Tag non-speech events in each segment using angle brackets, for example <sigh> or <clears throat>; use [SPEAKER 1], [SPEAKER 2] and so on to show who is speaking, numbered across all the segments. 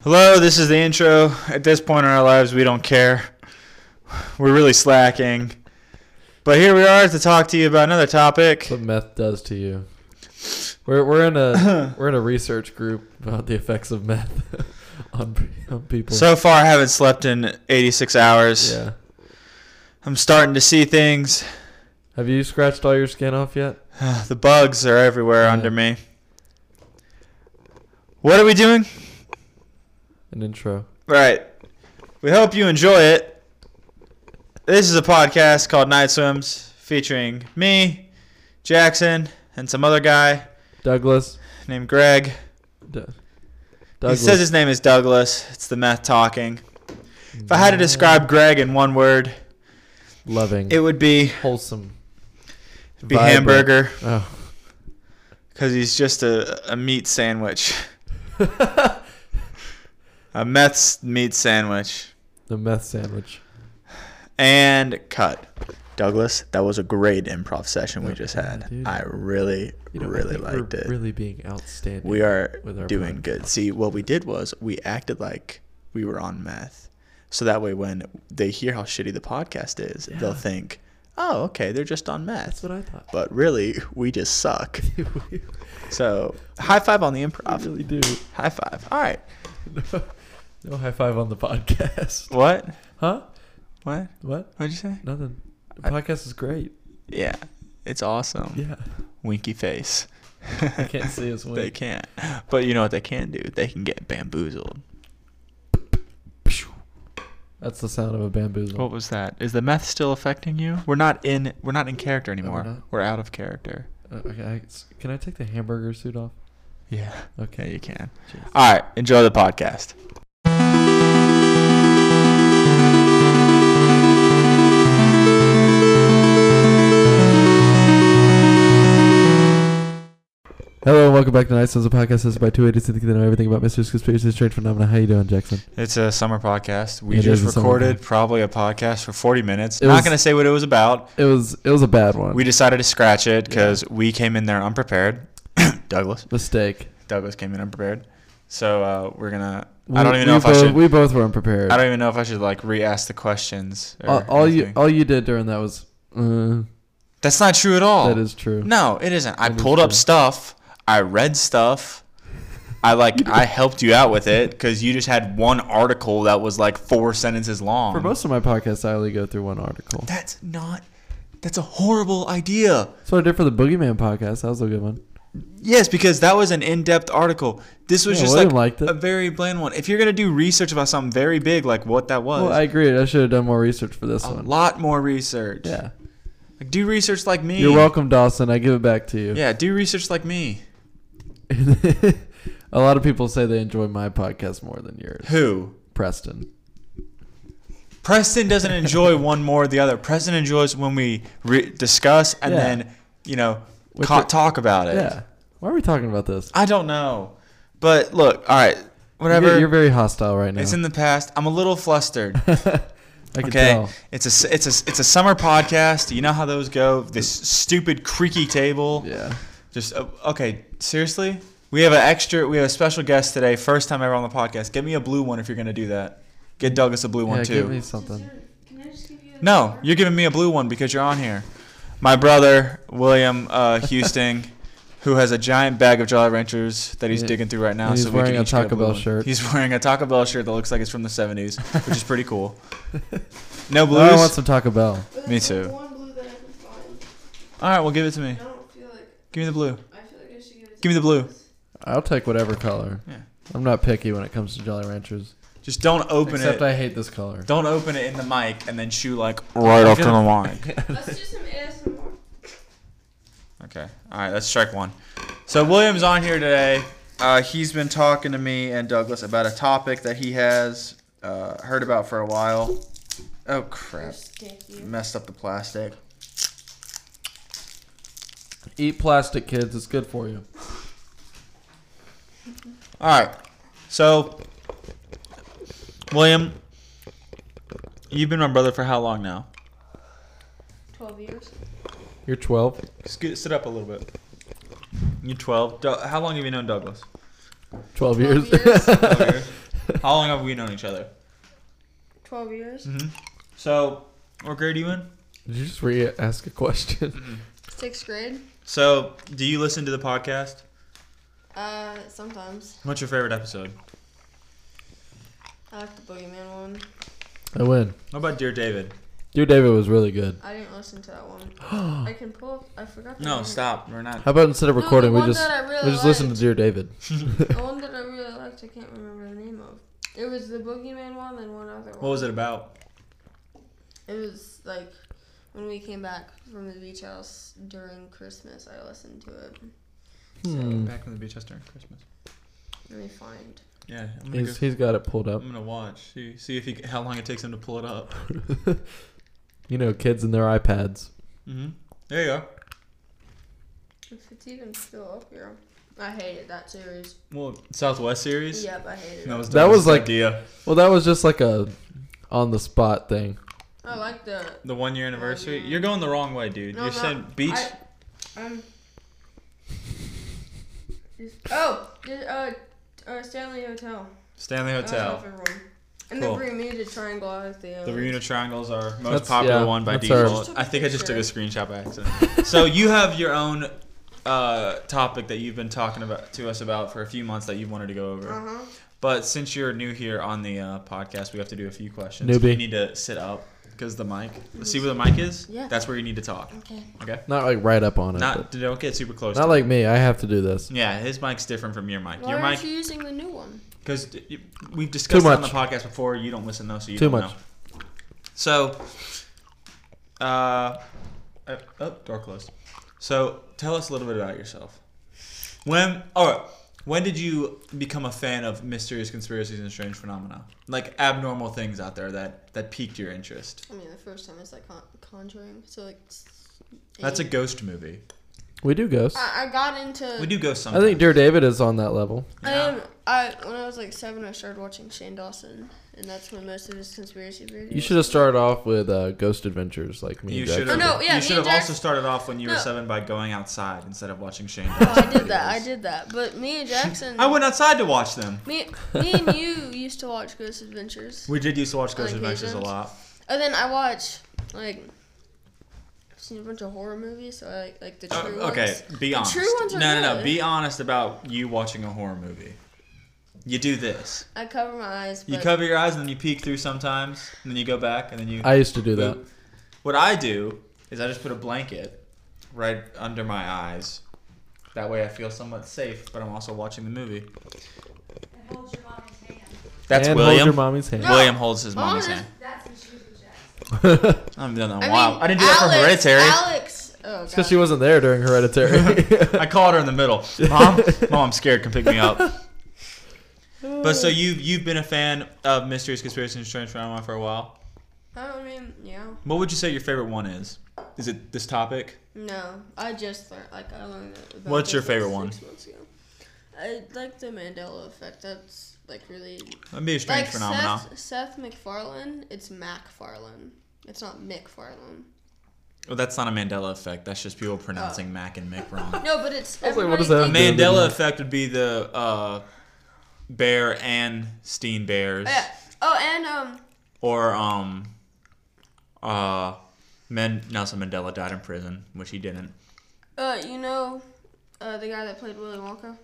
[SPEAKER 1] Hello, this is the intro. At this point in our lives, we don't care. We're really slacking. But here we are to talk to you about another topic.
[SPEAKER 2] what meth does to you. We're we're in a we're in a research group about the effects of meth <laughs> on, pe- on people.
[SPEAKER 1] So far, I haven't slept in 86 hours.
[SPEAKER 2] yeah,
[SPEAKER 1] I'm starting to see things. <sighs>
[SPEAKER 2] have you scratched all your skin off yet?
[SPEAKER 1] The bugs are everywhere
[SPEAKER 2] Yeah.
[SPEAKER 1] under me. What are we doing?
[SPEAKER 2] An intro.
[SPEAKER 1] Right. We hope you enjoy it. This is a podcast called Night Swims featuring me, Jackson, and some other guy
[SPEAKER 2] Douglas.
[SPEAKER 1] named Greg.
[SPEAKER 2] D- Douglas.
[SPEAKER 1] He says his name is Douglas. It's the meth talking. If I had to describe Greg in one word,
[SPEAKER 2] loving,
[SPEAKER 1] it would be
[SPEAKER 2] wholesome.
[SPEAKER 1] be
[SPEAKER 2] vibrant.
[SPEAKER 1] hamburger
[SPEAKER 2] Oh. <laughs>
[SPEAKER 1] because he's just a, a meat sandwich, a meth s- meat sandwich,
[SPEAKER 2] the meth sandwich.
[SPEAKER 1] and cut. Douglas, that was a great improv session we just
[SPEAKER 2] Yeah,
[SPEAKER 1] had.
[SPEAKER 2] dude.
[SPEAKER 1] I really,
[SPEAKER 2] You know, I
[SPEAKER 1] really
[SPEAKER 2] think we're
[SPEAKER 1] liked it.
[SPEAKER 2] Really being outstanding.
[SPEAKER 1] we are
[SPEAKER 2] with our
[SPEAKER 1] doing
[SPEAKER 2] podcast.
[SPEAKER 1] good. See, what we did was we acted like we were on meth. So that way, when they hear how shitty the podcast is, they'll
[SPEAKER 2] Yeah.
[SPEAKER 1] think, oh, okay, they're just on meth.
[SPEAKER 2] That's what I thought. <laughs>
[SPEAKER 1] but really, we just suck.
[SPEAKER 2] we
[SPEAKER 1] So, high five on the improv.
[SPEAKER 2] really do.
[SPEAKER 1] High five. All right.
[SPEAKER 2] No, no high five on the podcast. <laughs>
[SPEAKER 1] What?
[SPEAKER 2] Huh?
[SPEAKER 1] What?
[SPEAKER 2] What?
[SPEAKER 1] What'd you say?
[SPEAKER 2] Nothing. The
[SPEAKER 1] I-
[SPEAKER 2] podcast is great.
[SPEAKER 1] Yeah. It's awesome.
[SPEAKER 2] Yeah.
[SPEAKER 1] Winky face.
[SPEAKER 2] I can't see <laughs> us
[SPEAKER 1] <laughs> They
[SPEAKER 2] win.
[SPEAKER 1] can't. But you know what they can do? They can get bamboozled.
[SPEAKER 2] That's the sound of a bamboozle.
[SPEAKER 1] What was that? Is the meth still affecting you? Oh, We're not in we're not in character
[SPEAKER 2] we're
[SPEAKER 1] anymore.
[SPEAKER 2] not.
[SPEAKER 1] we're out of character.
[SPEAKER 2] Uh, okay, I, s- can I take the hamburger suit off?
[SPEAKER 1] <laughs> Yeah.
[SPEAKER 2] Okay.
[SPEAKER 1] Okay, you can.
[SPEAKER 2] Jeez.
[SPEAKER 1] All right, enjoy the podcast.
[SPEAKER 2] Hello and welcome back to Night Sons, a podcast hosted by two idiots who think they know everything about mysteries, conspiracies, strange phenomena. How you doing, Jackson?
[SPEAKER 1] It's a summer podcast. We
[SPEAKER 2] It
[SPEAKER 1] just
[SPEAKER 2] is a summer
[SPEAKER 1] recorded probably a podcast for 40 minutes.
[SPEAKER 2] It
[SPEAKER 1] not
[SPEAKER 2] was-
[SPEAKER 1] going to say what it was about.
[SPEAKER 2] It was it was a bad one.
[SPEAKER 1] We decided to scratch it
[SPEAKER 2] Yeah.
[SPEAKER 1] because we came in there unprepared. <coughs> Douglas.
[SPEAKER 2] mistake.
[SPEAKER 1] Douglas came in unprepared. So uh, we're gonna.
[SPEAKER 2] We,
[SPEAKER 1] I don't even
[SPEAKER 2] we
[SPEAKER 1] know if
[SPEAKER 2] both,
[SPEAKER 1] I should.
[SPEAKER 2] We both were unprepared.
[SPEAKER 1] I don't even know if I should like re-ask the questions. Or
[SPEAKER 2] all, all you
[SPEAKER 1] anything.
[SPEAKER 2] all you did during that was uh,
[SPEAKER 1] That's not true at all.
[SPEAKER 2] that is true.
[SPEAKER 1] No, it isn't. I
[SPEAKER 2] That is
[SPEAKER 1] pulled up
[SPEAKER 2] true.
[SPEAKER 1] stuff. I read stuff. I
[SPEAKER 2] <laughs>
[SPEAKER 1] like. I helped you out with it because you just had one article that was like four sentences long.
[SPEAKER 2] For most of my podcasts, I only go through one article.
[SPEAKER 1] That's not. That's a horrible idea.
[SPEAKER 2] That's what I did for the Boogeyman podcast. That was a good one.
[SPEAKER 1] Yes, because that was an in-depth article. This was
[SPEAKER 2] Yeah,
[SPEAKER 1] just
[SPEAKER 2] William
[SPEAKER 1] like
[SPEAKER 2] liked it.
[SPEAKER 1] a very bland one. If you're gonna do research about something very big, like what that was,
[SPEAKER 2] Well, I agree. I should have done more research for this
[SPEAKER 1] a
[SPEAKER 2] one.
[SPEAKER 1] lot more research.
[SPEAKER 2] Yeah.
[SPEAKER 1] Like, do research like me.
[SPEAKER 2] You're welcome, Dawson. I give it back to you.
[SPEAKER 1] Yeah, do research like me.
[SPEAKER 2] <laughs> a lot of people say they enjoy my podcast more than yours,
[SPEAKER 1] Who?
[SPEAKER 2] Preston.
[SPEAKER 1] Preston doesn't enjoy one more or the other. Preston enjoys when we re- discuss and
[SPEAKER 2] Yeah.
[SPEAKER 1] then, you know,
[SPEAKER 2] With
[SPEAKER 1] ca-
[SPEAKER 2] the-
[SPEAKER 1] talk about it.
[SPEAKER 2] Yeah. Why are we talking about this?
[SPEAKER 1] I don't know. But look, all right, whatever.
[SPEAKER 2] You're, you're very hostile right now.
[SPEAKER 1] it's in the past. I'm a little flustered.
[SPEAKER 2] <laughs> I can
[SPEAKER 1] okay,
[SPEAKER 2] tell.
[SPEAKER 1] it's a s- it's a s- it's a summer podcast. You know how those go. This stupid creaky table.
[SPEAKER 2] Yeah.
[SPEAKER 1] Just uh, okay. Seriously, we have an extra. We have a special guest today. First time ever on the podcast. Get me a blue one if you're gonna do that. Get Douglas a blue one
[SPEAKER 2] yeah.
[SPEAKER 1] too.
[SPEAKER 2] Give me something.
[SPEAKER 3] Can I just give you a
[SPEAKER 1] No, you're giving me a blue one because you're on here. My brother, William uh,
[SPEAKER 2] <laughs>
[SPEAKER 1] Houston, who has a giant bag of Jolly Ranchers that he's
[SPEAKER 2] Yeah.
[SPEAKER 1] digging through right now.
[SPEAKER 2] And he's
[SPEAKER 1] so we
[SPEAKER 2] wearing
[SPEAKER 1] can
[SPEAKER 2] a
[SPEAKER 1] each get
[SPEAKER 2] Taco
[SPEAKER 1] blue
[SPEAKER 2] Bell
[SPEAKER 1] one.
[SPEAKER 2] shirt.
[SPEAKER 1] He's <laughs> wearing a Taco Bell shirt that looks like it's from the 70s, which is pretty cool. No
[SPEAKER 2] Blue. <laughs> Oh, I
[SPEAKER 1] blues?
[SPEAKER 2] want some Taco Bell.
[SPEAKER 3] But
[SPEAKER 1] Me
[SPEAKER 3] there's, like,
[SPEAKER 1] too.
[SPEAKER 3] one blue that I can find.
[SPEAKER 1] All right, well, give it to
[SPEAKER 3] I
[SPEAKER 1] me.
[SPEAKER 3] don't feel like
[SPEAKER 1] Give me the blue.
[SPEAKER 3] I feel like I should give it. To
[SPEAKER 1] Give me the blue.
[SPEAKER 3] Douglas.
[SPEAKER 2] I'll take whatever color.
[SPEAKER 1] Yeah.
[SPEAKER 2] I'm not picky when it comes to Jolly Ranchers.
[SPEAKER 1] Just don't open
[SPEAKER 2] Except
[SPEAKER 1] it.
[SPEAKER 2] I hate this color.
[SPEAKER 1] don't open it in the mic and then chew like right off to the mic.
[SPEAKER 3] Let's do some ASMR.
[SPEAKER 1] <laughs> Okay. All right, that's strike one. So William's on here today. Uh, he's been talking to me and Douglas about a topic that he has uh, heard about for a while. Oh
[SPEAKER 3] You're
[SPEAKER 1] crap!
[SPEAKER 3] sticky.
[SPEAKER 1] Messed up the plastic.
[SPEAKER 2] <laughs> Eat plastic, kids. It's good for you.
[SPEAKER 1] All right. So William, you've been my brother for how long now?
[SPEAKER 3] Twelve years.
[SPEAKER 2] You're 12.
[SPEAKER 1] Scoot, sit up a little bit. You're 12. Doug- how long have you known Douglas?
[SPEAKER 2] 12
[SPEAKER 3] Twelve
[SPEAKER 2] years. <laughs>
[SPEAKER 3] years.
[SPEAKER 1] Twelve years. How long have we known each other?
[SPEAKER 3] 12 years.
[SPEAKER 1] Mm-hmm. So, what grade are you in?
[SPEAKER 2] Did you just re ask a question?
[SPEAKER 3] <laughs> Sixth grade.
[SPEAKER 1] So, do you listen to the podcast?
[SPEAKER 3] Uh, sometimes.
[SPEAKER 1] What's your favorite episode?
[SPEAKER 3] I like the Boogeyman one.
[SPEAKER 2] I win.
[SPEAKER 1] What about Dear David?
[SPEAKER 2] Dear David was really good.
[SPEAKER 3] I didn't listen to
[SPEAKER 1] <gasps>
[SPEAKER 3] that one.
[SPEAKER 2] How
[SPEAKER 3] I can pull up. I forgot the
[SPEAKER 1] No,
[SPEAKER 3] name.
[SPEAKER 1] stop. We're not.
[SPEAKER 2] about instead of
[SPEAKER 3] No, the
[SPEAKER 2] recording, we
[SPEAKER 3] one
[SPEAKER 2] just
[SPEAKER 3] that I really
[SPEAKER 2] we just listen to
[SPEAKER 3] liked.
[SPEAKER 2] Dear
[SPEAKER 3] <laughs>
[SPEAKER 2] David. <laughs>
[SPEAKER 3] The one that I really liked, I can't remember the name of. It was the Boogeyman one and one other one.
[SPEAKER 1] What was it about?
[SPEAKER 3] It was like when we came back from the beach house during Christmas. I listened to it.
[SPEAKER 2] Hmm.
[SPEAKER 1] Back from the beach house during Christmas.
[SPEAKER 3] Let me find.
[SPEAKER 1] Yeah, I'm gonna,
[SPEAKER 2] He's
[SPEAKER 1] go,
[SPEAKER 2] he's got it pulled up.
[SPEAKER 1] I'm gonna watch. See, see if he c- how long it takes him to pull it up.
[SPEAKER 3] Mm-hmm.
[SPEAKER 2] <laughs> You know, kids and their iPads.
[SPEAKER 1] Mm-hmm. There you are.
[SPEAKER 3] If it's even still up here. I hated that series.
[SPEAKER 1] Well, Southwest series.
[SPEAKER 3] Yep, I hated
[SPEAKER 1] That
[SPEAKER 3] it.
[SPEAKER 1] was
[SPEAKER 2] That was
[SPEAKER 1] Douglas'
[SPEAKER 2] like-
[SPEAKER 1] idea.
[SPEAKER 2] Well, that was just like a on the spot thing.
[SPEAKER 3] I liked the.
[SPEAKER 1] The one year anniversary.
[SPEAKER 3] yeah.
[SPEAKER 1] You're going the wrong way, dude.
[SPEAKER 3] No,
[SPEAKER 1] You're
[SPEAKER 3] I'm not.
[SPEAKER 1] saying beach.
[SPEAKER 3] I, um. this- Oh, this, uh, uh, Stanley Hotel.
[SPEAKER 1] Stanley
[SPEAKER 3] I don't know
[SPEAKER 1] Hotel.
[SPEAKER 3] if everyone- And
[SPEAKER 1] Cool.
[SPEAKER 3] the Bermuda Triangle. I like the.
[SPEAKER 1] The
[SPEAKER 3] um,
[SPEAKER 1] Bermuda Triangle's our most
[SPEAKER 2] That's-
[SPEAKER 1] popular
[SPEAKER 2] yeah,
[SPEAKER 1] one by
[SPEAKER 2] that's our-
[SPEAKER 1] default.
[SPEAKER 3] Just took a
[SPEAKER 1] I think I just took a
[SPEAKER 3] picture.
[SPEAKER 1] screenshot by accident. so you have your own uh, topic that you've been talking about to us about for a few months that you wanted to go over.
[SPEAKER 3] Uh-huh.
[SPEAKER 1] But since you're new here on the uh, podcast, we have to do a few questions.
[SPEAKER 2] Newbie.
[SPEAKER 1] You need to sit up because the mic. See where the mic is?
[SPEAKER 3] Yeah.
[SPEAKER 1] That's where you need to talk.
[SPEAKER 3] Okay.
[SPEAKER 1] Okay.
[SPEAKER 2] Not like right up on it.
[SPEAKER 1] Not don't get super
[SPEAKER 2] but-
[SPEAKER 1] close.
[SPEAKER 2] not
[SPEAKER 1] to-
[SPEAKER 2] like me. I have to do this.
[SPEAKER 1] yeah, his mic's different from your mic.
[SPEAKER 3] Why
[SPEAKER 1] your mic
[SPEAKER 3] aren't you using the new one?
[SPEAKER 1] because we've discussed it on the
[SPEAKER 2] much.
[SPEAKER 1] podcast before. You don't listen though, so you
[SPEAKER 2] Too
[SPEAKER 1] don't
[SPEAKER 2] much.
[SPEAKER 1] know. So, uh, uh, oh, door closed. So, tell us a little bit about yourself. When, all right, when did you become a fan of mysterious conspiracies and strange phenomena, like abnormal things out there that that piqued your interest?
[SPEAKER 3] I mean, the first time it's like con- Conjuring, so like. s-
[SPEAKER 1] That's a
[SPEAKER 3] eight.
[SPEAKER 1] ghost movie.
[SPEAKER 2] We do ghosts.
[SPEAKER 3] I, I got into.
[SPEAKER 1] We do ghost
[SPEAKER 2] I
[SPEAKER 1] sometimes.
[SPEAKER 2] think Dear David is on that level.
[SPEAKER 3] I
[SPEAKER 1] Yeah.
[SPEAKER 3] am. Um, I when I was like seven, I started watching Shane Dawson, and that's when most of his conspiracy videos.
[SPEAKER 2] You should have started off with uh, Ghost Adventures, like me.
[SPEAKER 1] You
[SPEAKER 2] and Jack.
[SPEAKER 1] should have.
[SPEAKER 3] Oh, no,
[SPEAKER 1] you
[SPEAKER 3] yeah, me
[SPEAKER 1] should
[SPEAKER 3] and
[SPEAKER 1] have
[SPEAKER 3] Jack-
[SPEAKER 1] also started off when you were
[SPEAKER 3] No.
[SPEAKER 1] seven by going outside instead of watching
[SPEAKER 3] <laughs>
[SPEAKER 1] Shane.
[SPEAKER 3] Oh, I
[SPEAKER 1] Dawson <laughs>
[SPEAKER 3] did that. I
[SPEAKER 1] videos.
[SPEAKER 3] did that. But me and Jackson.
[SPEAKER 1] I went outside to watch them.
[SPEAKER 3] Me, me and you used to watch Ghost Adventures,
[SPEAKER 1] We did used to watch Ghost
[SPEAKER 3] On
[SPEAKER 1] Adventures a
[SPEAKER 3] occasions.
[SPEAKER 1] lot.
[SPEAKER 3] and then I watch like. I've seen a bunch of horror movies, so I like, like the
[SPEAKER 1] Uh,
[SPEAKER 3] true
[SPEAKER 1] okay,
[SPEAKER 3] ones.
[SPEAKER 1] be
[SPEAKER 3] The
[SPEAKER 1] honest.
[SPEAKER 3] true ones are
[SPEAKER 1] no, no, no.
[SPEAKER 3] good.
[SPEAKER 1] Be honest about you watching a horror movie. You do this.
[SPEAKER 3] I cover my eyes. But
[SPEAKER 1] You cover your eyes and then you peek through sometimes, and then you go back, and then you.
[SPEAKER 2] I used to do that.
[SPEAKER 1] What I do is I just put a blanket right under my eyes. That way I feel somewhat safe, but I'm also watching the movie.
[SPEAKER 4] and holds your mommy's hand.
[SPEAKER 1] That's
[SPEAKER 2] and Hold your
[SPEAKER 1] William.
[SPEAKER 2] mommy's hand.
[SPEAKER 3] No.
[SPEAKER 1] William holds his mom's
[SPEAKER 3] Mama's-
[SPEAKER 1] hand.
[SPEAKER 4] That's when she was with Jack.
[SPEAKER 2] <laughs> it's
[SPEAKER 1] I haven't done that in
[SPEAKER 3] I
[SPEAKER 1] a while.
[SPEAKER 3] mean,
[SPEAKER 1] I didn't do that for
[SPEAKER 3] Alex-
[SPEAKER 1] Hereditary.
[SPEAKER 3] Alex. Oh god.
[SPEAKER 2] because she wasn't there during <laughs> Hereditary.
[SPEAKER 1] <laughs> I called her in the middle. Mom, mom, I'm scared. Come pick me up. But so you've you've been a fan of mysteries, conspiracy, and strange phenomena for a while.
[SPEAKER 3] I mean, yeah.
[SPEAKER 1] What would you say your favorite one is? Is it this topic?
[SPEAKER 3] No, I just learned. Like I learned. it About
[SPEAKER 1] What's your
[SPEAKER 3] this, like,
[SPEAKER 1] favorite one?
[SPEAKER 3] six months ago. I like the Mandela effect. That's like really
[SPEAKER 1] That'd be a strange
[SPEAKER 3] like
[SPEAKER 1] phenomenon.
[SPEAKER 3] Seth, Seth MacFarlane. It's MacFarlane. It's not McFarlane.
[SPEAKER 1] Well, Oh, that's not a Mandela effect. That's just people pronouncing
[SPEAKER 3] Oh.
[SPEAKER 1] Mac and Mick
[SPEAKER 3] <laughs>
[SPEAKER 1] wrong.
[SPEAKER 3] No, but it's.
[SPEAKER 2] I was like, what does
[SPEAKER 1] The
[SPEAKER 2] that
[SPEAKER 3] everybody
[SPEAKER 2] have to do with
[SPEAKER 1] Mandela
[SPEAKER 2] it?
[SPEAKER 1] effect would be the uh, Bear and Steen Bears,
[SPEAKER 3] thinks- Yeah. Oh, and um,
[SPEAKER 1] or um, uh, Men- Nelson Mandela died in prison, which he didn't.
[SPEAKER 3] uh, you know, uh, the guy that played Willy Wonka.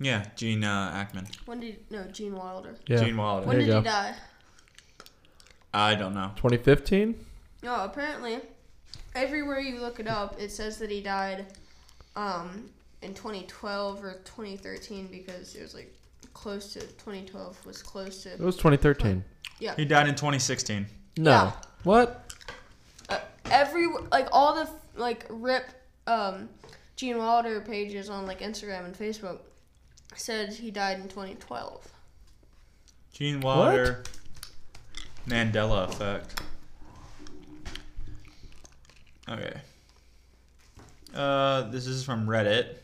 [SPEAKER 1] Yeah, Gene uh, Ackman,
[SPEAKER 3] When did no Gene Wilder?
[SPEAKER 2] Yeah.
[SPEAKER 1] Gene Wilder.
[SPEAKER 3] When
[SPEAKER 2] There you
[SPEAKER 3] did he
[SPEAKER 2] go.
[SPEAKER 3] die?
[SPEAKER 1] I don't know.
[SPEAKER 2] 2015.
[SPEAKER 3] No, Oh, apparently, everywhere you look it up, it says that he died, um, in 2012 or 2013 because it was like close to 2012 was close
[SPEAKER 2] It
[SPEAKER 3] to.
[SPEAKER 2] was 2013.
[SPEAKER 3] Yeah.
[SPEAKER 1] He died in 2016.
[SPEAKER 2] No.
[SPEAKER 3] Yeah.
[SPEAKER 2] What?
[SPEAKER 3] Uh, every like all the like rip um, Gene Wilder pages on like Instagram and Facebook said he died in 2012.
[SPEAKER 1] Gene Wilder, Mandela effect. Okay. Uh, this is from Reddit.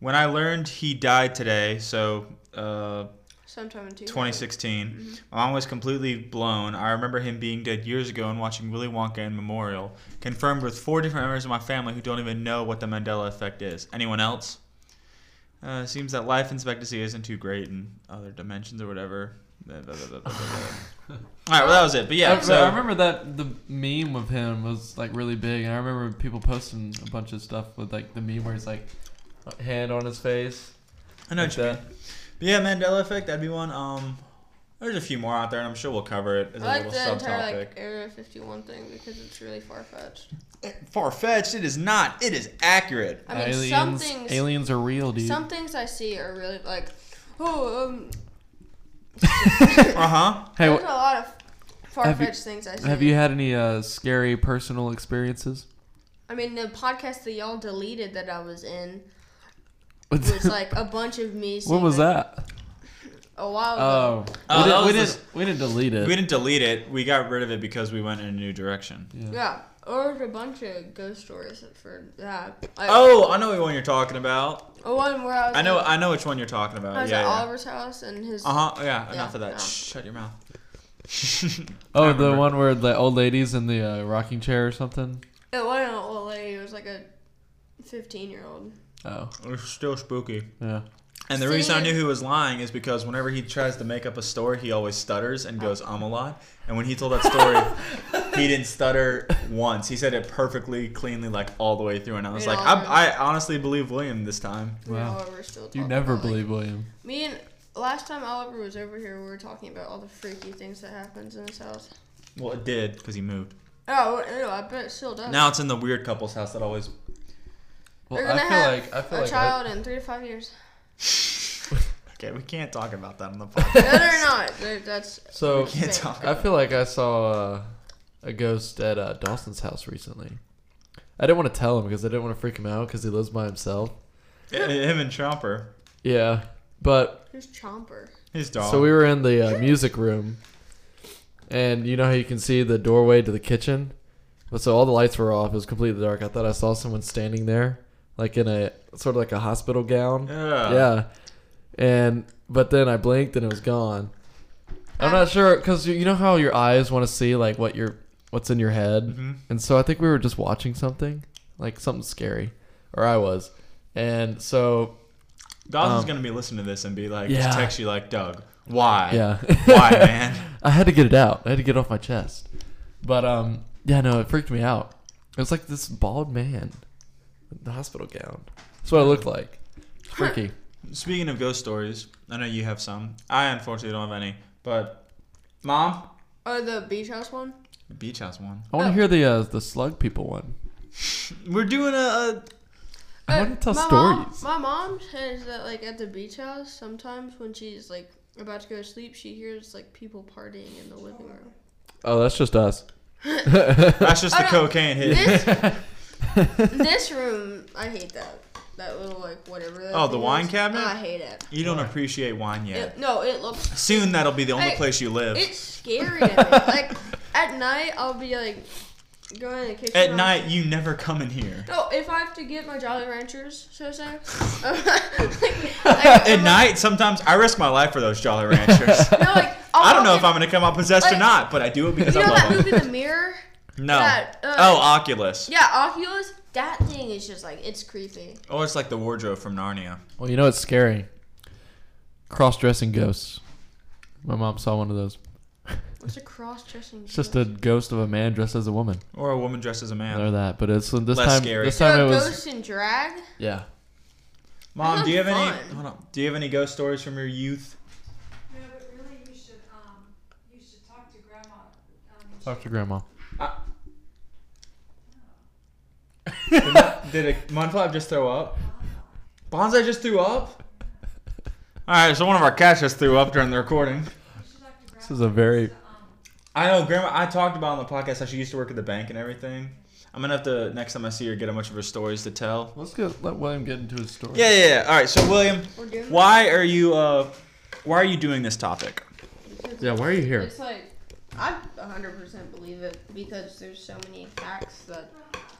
[SPEAKER 1] When I learned he died today, so uh,
[SPEAKER 3] Sometime in 2016.
[SPEAKER 1] 2016,
[SPEAKER 3] Mm-hmm.
[SPEAKER 1] my mom was completely blown. I remember him being dead years ago and watching Willy Wonka and Memorial, confirmed with four different members of my family who don't even know what the Mandela effect is. Anyone else? Uh, seems that life expectancy isn't too great in other dimensions or whatever. <laughs> Blah, blah, blah, blah, blah, blah. All right, well that was it. But
[SPEAKER 2] Yeah,
[SPEAKER 1] yeah,
[SPEAKER 2] I,
[SPEAKER 1] so
[SPEAKER 2] I remember that the meme of him was like really big, and I remember people posting a bunch of stuff with like the meme where he's like hand on his face.
[SPEAKER 1] I know
[SPEAKER 2] like
[SPEAKER 1] what you mean. But yeah, Mandela effect. That'd be one. Um, there's a few more out there, and I'm sure we'll cover it as
[SPEAKER 3] I
[SPEAKER 1] a
[SPEAKER 3] like
[SPEAKER 1] little
[SPEAKER 3] the
[SPEAKER 1] subtopic.
[SPEAKER 3] entire like Area 51 thing because it's really far fetched.
[SPEAKER 1] Far fetched. It is not. It is
[SPEAKER 3] <laughs>
[SPEAKER 1] accurate.
[SPEAKER 3] I mean,
[SPEAKER 2] aliens,
[SPEAKER 3] some things,
[SPEAKER 2] aliens are real, dude. <laughs>
[SPEAKER 3] some things I see are really like, oh, um,
[SPEAKER 1] Uh huh.
[SPEAKER 2] hey,
[SPEAKER 3] there's a
[SPEAKER 2] wh-
[SPEAKER 3] lot of far
[SPEAKER 2] Have you-
[SPEAKER 3] fetched things I see.
[SPEAKER 2] have you had any uh, scary personal experiences?
[SPEAKER 3] I mean, the podcast that y'all deleted that I
[SPEAKER 2] <laughs>
[SPEAKER 3] was in was like a bunch of me.
[SPEAKER 2] what
[SPEAKER 3] seeing,
[SPEAKER 2] was
[SPEAKER 3] like,
[SPEAKER 2] that?
[SPEAKER 3] A while ago.
[SPEAKER 2] Oh,
[SPEAKER 1] Oh, that was
[SPEAKER 2] we, didn't, we,
[SPEAKER 1] this-
[SPEAKER 2] didn't, we didn't delete it.
[SPEAKER 1] We didn't delete it. We got rid of it because we went in a new direction.
[SPEAKER 3] Yeah, or a bunch of ghost stories for that. Like,
[SPEAKER 1] Oh, I know what one you're talking about.
[SPEAKER 3] one where I was.
[SPEAKER 1] I know.
[SPEAKER 3] At,
[SPEAKER 1] I know which one you're talking
[SPEAKER 3] I
[SPEAKER 1] about.
[SPEAKER 3] was
[SPEAKER 1] Yeah.
[SPEAKER 3] at
[SPEAKER 1] yeah.
[SPEAKER 3] Oliver's house and his.
[SPEAKER 2] Uh-huh.
[SPEAKER 1] Uh huh. Yeah.
[SPEAKER 3] Yeah,
[SPEAKER 1] Enough of
[SPEAKER 3] no.
[SPEAKER 1] that. Shh, shut your mouth. I
[SPEAKER 2] <laughs> Oh, the
[SPEAKER 1] remember.
[SPEAKER 2] one where the old lady's in the uh, rocking chair or something.
[SPEAKER 3] It wasn't an old lady. It was like a fifteen-year-old.
[SPEAKER 2] Oh,
[SPEAKER 1] It's still spooky.
[SPEAKER 2] yeah.
[SPEAKER 1] And the reason I
[SPEAKER 3] Same.
[SPEAKER 1] knew he was lying is because whenever he tries to make up a story, he always stutters and goes um a lot. And when he told that
[SPEAKER 3] <laughs>
[SPEAKER 1] story, he didn't stutter once. He said it perfectly, cleanly, like all the way through. And I was
[SPEAKER 3] Right
[SPEAKER 1] like,
[SPEAKER 3] on.
[SPEAKER 1] I, I honestly believe William this time.
[SPEAKER 2] Wow.
[SPEAKER 3] Oliver still.
[SPEAKER 2] You
[SPEAKER 3] talk
[SPEAKER 2] never
[SPEAKER 3] about, like,
[SPEAKER 2] believe William.
[SPEAKER 3] Me and last time Oliver was over here, we were talking about all the freaky things that happens in his house.
[SPEAKER 1] Well, it did because he moved.
[SPEAKER 3] Oh, ew, I bet it still does.
[SPEAKER 1] Now it's in the weird couple's house that always.
[SPEAKER 2] Well,
[SPEAKER 3] They're gonna
[SPEAKER 2] I feel
[SPEAKER 3] have
[SPEAKER 2] like I feel
[SPEAKER 3] a
[SPEAKER 2] like I-
[SPEAKER 3] child in three to five
[SPEAKER 2] <laughs>
[SPEAKER 3] years.
[SPEAKER 1] Okay, we can't talk about that on the podcast.
[SPEAKER 3] No, they're not. They're, that's
[SPEAKER 2] so
[SPEAKER 1] We can't talk.
[SPEAKER 2] I feel like I saw uh, a ghost at uh, Dawson's house recently. I didn't want to tell him because I didn't want to freak him out because he lives by himself.
[SPEAKER 1] Him and Trumper,
[SPEAKER 2] Yeah, but
[SPEAKER 3] who's Chomper.
[SPEAKER 1] his dog.
[SPEAKER 2] so we were in the uh, music room, and you know how you can see the doorway to the kitchen, but so all the lights were off. It was completely dark. I thought I saw someone standing there, like in a sort of like a hospital gown.
[SPEAKER 1] yeah.
[SPEAKER 2] yeah. And but then I blinked and it was gone. I'm not sure because you you know how your eyes want to see like what your what's in your head,
[SPEAKER 1] Mhm.
[SPEAKER 2] and so I think we were just watching something like something scary, or I was, and so
[SPEAKER 1] Dawson's
[SPEAKER 2] Um,
[SPEAKER 1] gonna be listening to this and be like,
[SPEAKER 2] Yeah.
[SPEAKER 1] just text you like, Doug, why?
[SPEAKER 2] <laughs> yeah,
[SPEAKER 1] Why, man?
[SPEAKER 2] I had to get it out. I had to get it off my chest, but um, yeah, no, it freaked me out. It was like this bald man, in the hospital gown. That's what it looked like. It's freaky.
[SPEAKER 1] Speaking of ghost stories, I know you have some. I unfortunately don't have any, but mom,
[SPEAKER 3] Oh, the beach house one.
[SPEAKER 1] the beach house one.
[SPEAKER 2] I want to
[SPEAKER 3] Oh.
[SPEAKER 2] hear the uh, the slug people one.
[SPEAKER 1] We're doing a, a
[SPEAKER 2] I
[SPEAKER 3] Uh,
[SPEAKER 2] want to tell
[SPEAKER 3] my
[SPEAKER 2] stories.
[SPEAKER 3] Mom, my mom says that like at the beach house, sometimes when she's like about to go to sleep, she hears like people partying in the living
[SPEAKER 1] <laughs>
[SPEAKER 3] room.
[SPEAKER 2] Oh, that's just <laughs> us.
[SPEAKER 1] that's just
[SPEAKER 3] Oh,
[SPEAKER 1] the
[SPEAKER 3] no.
[SPEAKER 1] cocaine hit.
[SPEAKER 3] This
[SPEAKER 2] <laughs>
[SPEAKER 3] this room, I hate that. That little like whatever. That
[SPEAKER 1] Oh, the
[SPEAKER 3] thing
[SPEAKER 1] wine
[SPEAKER 3] is.
[SPEAKER 1] cabinet?
[SPEAKER 3] I hate it.
[SPEAKER 1] You don't appreciate wine yet.
[SPEAKER 3] it. No, it looks
[SPEAKER 1] Soon that'll be the only
[SPEAKER 3] Hey,
[SPEAKER 1] place you live.
[SPEAKER 3] It's scary
[SPEAKER 1] <laughs>
[SPEAKER 3] to me. Like at night, I'll be like going in the kitchen.
[SPEAKER 1] At
[SPEAKER 3] I'll-
[SPEAKER 1] night, you never come in here.
[SPEAKER 3] No, if I have to get my Jolly Ranchers, so to
[SPEAKER 2] <laughs>
[SPEAKER 3] say. like,
[SPEAKER 1] At night, sometimes I risk my life for those Jolly
[SPEAKER 2] <laughs>
[SPEAKER 1] Ranchers.
[SPEAKER 3] No, like I'll
[SPEAKER 1] I don't know
[SPEAKER 3] walk
[SPEAKER 1] if I'm gonna come out possessed or
[SPEAKER 3] Like-
[SPEAKER 1] not, but I do it
[SPEAKER 3] in-
[SPEAKER 1] because
[SPEAKER 3] Oh, You
[SPEAKER 1] I
[SPEAKER 3] know that
[SPEAKER 1] love them.
[SPEAKER 3] movie, The Mirror?
[SPEAKER 1] No.
[SPEAKER 3] that, uh,
[SPEAKER 1] oh, Oculus.
[SPEAKER 3] Yeah, Oculus. That thing is just like it's creepy.
[SPEAKER 1] Oh, it's like the wardrobe from Narnia.
[SPEAKER 2] Well, you know it's scary. Cross-dressing ghosts. My mom saw one of those.
[SPEAKER 3] What's a cross-dressing?
[SPEAKER 2] It's just a ghost of a man dressed as a woman.
[SPEAKER 1] Or a woman dressed as a man.
[SPEAKER 2] Or that, but it's this
[SPEAKER 1] Less
[SPEAKER 2] time.
[SPEAKER 1] scary.
[SPEAKER 2] This
[SPEAKER 3] So
[SPEAKER 2] time it
[SPEAKER 3] a
[SPEAKER 2] was
[SPEAKER 3] ghost in drag.
[SPEAKER 2] yeah.
[SPEAKER 1] Mom,
[SPEAKER 3] That
[SPEAKER 1] do you have
[SPEAKER 3] sounds
[SPEAKER 1] any?
[SPEAKER 3] fun.
[SPEAKER 1] Hold on. Do you have any ghost stories from your
[SPEAKER 3] <laughs>
[SPEAKER 1] youth?
[SPEAKER 4] No, but really, you should, um, you should talk to grandma. Um,
[SPEAKER 2] Talk
[SPEAKER 1] <laughs>
[SPEAKER 2] to grandma.
[SPEAKER 1] Did, not, did a mudflap just throw up? Bonsai just threw up. All right, so one of our cats just threw up during the recording.
[SPEAKER 4] you should talk to grandma. um,
[SPEAKER 2] This is a very.
[SPEAKER 1] I know, Grandma. I talked about on the podcast how she used to work at the bank and everything. I'm gonna have to next time I see her get a bunch of her stories to tell.
[SPEAKER 2] Let's get let William get into his story.
[SPEAKER 1] Yeah, yeah. yeah. All right, so William,
[SPEAKER 3] We're doing.
[SPEAKER 1] why are you uh, why are you doing this topic?
[SPEAKER 2] Yeah. Why are you here?
[SPEAKER 3] It's like I 100% believe it because there's so many facts that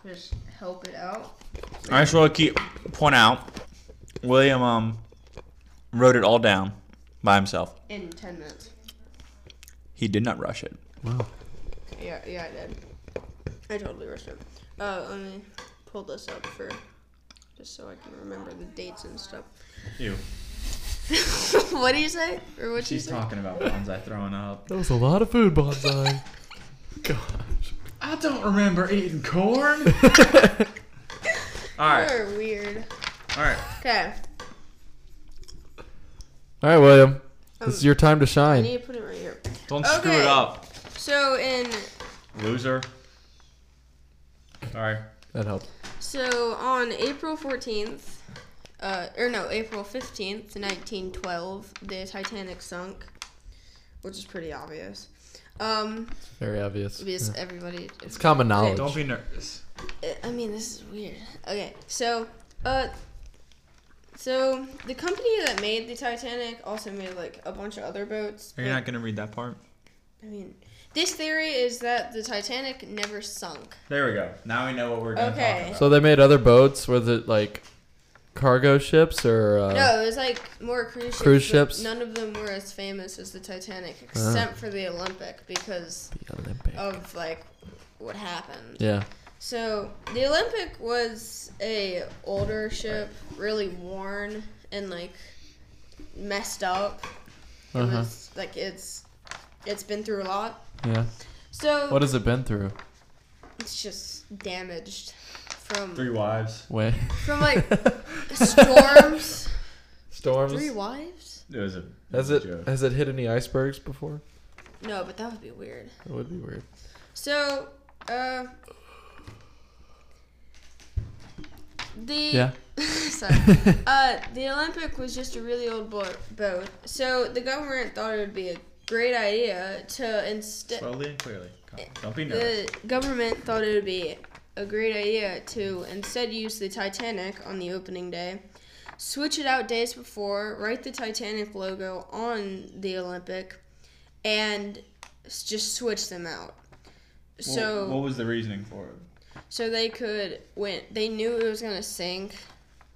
[SPEAKER 3] just help it out.
[SPEAKER 1] I just want to keep point out, William um wrote it all down by himself.
[SPEAKER 3] In 10 minutes.
[SPEAKER 1] He did not rush it.
[SPEAKER 2] Wow.
[SPEAKER 3] Yeah, yeah, I did. I totally rushed it. Uh, let me pull this up for just so I can remember the dates and stuff. <laughs>
[SPEAKER 5] Ew.
[SPEAKER 3] what do you say? Or what you
[SPEAKER 5] She's
[SPEAKER 3] say?
[SPEAKER 5] talking about bonsai throwing up.
[SPEAKER 2] That was a lot of food, bonsai. Gosh. <laughs>
[SPEAKER 5] I don't remember eating
[SPEAKER 1] <laughs>
[SPEAKER 5] corn. All right,
[SPEAKER 3] You're weird.
[SPEAKER 5] all right.
[SPEAKER 3] Okay.
[SPEAKER 2] All right, William.
[SPEAKER 3] Um,
[SPEAKER 2] It's your time to
[SPEAKER 3] I
[SPEAKER 2] shine.
[SPEAKER 3] need to put it right here.
[SPEAKER 1] Don't screw it
[SPEAKER 3] Okay.
[SPEAKER 1] up.
[SPEAKER 3] So in
[SPEAKER 5] Loser. Sorry.
[SPEAKER 2] That helped.
[SPEAKER 3] so on April 14th, uh, or no, April 15th, 1912, the Titanic sunk, which is pretty obvious. Um,
[SPEAKER 2] Very obvious.
[SPEAKER 3] because
[SPEAKER 2] Yeah.
[SPEAKER 3] everybody.
[SPEAKER 2] It's common knowledge.
[SPEAKER 1] Don't be nervous.
[SPEAKER 3] Uh, I mean, this is weird. Okay, so, uh, so the company that made the Titanic also made like a bunch of other boats.
[SPEAKER 1] Are you
[SPEAKER 3] like-
[SPEAKER 1] not gonna read that part?
[SPEAKER 3] I mean, this theory is that the Titanic never sunk.
[SPEAKER 5] There we go. Now we know what we're gonna
[SPEAKER 3] Okay.
[SPEAKER 5] talk about.
[SPEAKER 2] So they made other boats. Was it like cargo ships or?
[SPEAKER 1] Oh.
[SPEAKER 2] Uh,
[SPEAKER 3] no, it was like more cruise ships.
[SPEAKER 2] Cruise
[SPEAKER 3] but
[SPEAKER 2] ships?
[SPEAKER 3] None of them were as famous as the Titanic,
[SPEAKER 1] Uh-huh.
[SPEAKER 3] except for the Olympic because
[SPEAKER 2] The Olympic.
[SPEAKER 3] of like what happened.
[SPEAKER 2] Yeah.
[SPEAKER 3] So the Olympic was a older ship, really worn and like messed up. It
[SPEAKER 2] Uh huh.
[SPEAKER 3] was like it's it's been through a lot.
[SPEAKER 2] Yeah.
[SPEAKER 3] So
[SPEAKER 2] What has it been through?
[SPEAKER 3] it's just damaged from
[SPEAKER 5] Three wives.
[SPEAKER 2] When? <laughs>
[SPEAKER 3] from like storms. Three
[SPEAKER 2] Storms.
[SPEAKER 3] wives?
[SPEAKER 5] It was a. was
[SPEAKER 2] Has it
[SPEAKER 5] a joke.
[SPEAKER 2] has it hit any icebergs before?
[SPEAKER 3] No, but that would be weird.
[SPEAKER 2] That would be weird.
[SPEAKER 3] So, uh, the
[SPEAKER 2] Yeah.
[SPEAKER 3] <laughs> sorry, uh, the Olympic was just a really old bo- boat. So the government thought it would be a great idea to instead
[SPEAKER 5] Slowly and clearly. Come on, Don't be nervous.
[SPEAKER 3] the government thought it would be a great idea to instead use the Titanic on the opening day, switch it out days before, write the Titanic logo on the Olympic, and s- just switch them out. So
[SPEAKER 5] what, what was the reasoning for it?
[SPEAKER 3] so they could when they knew it was gonna sink,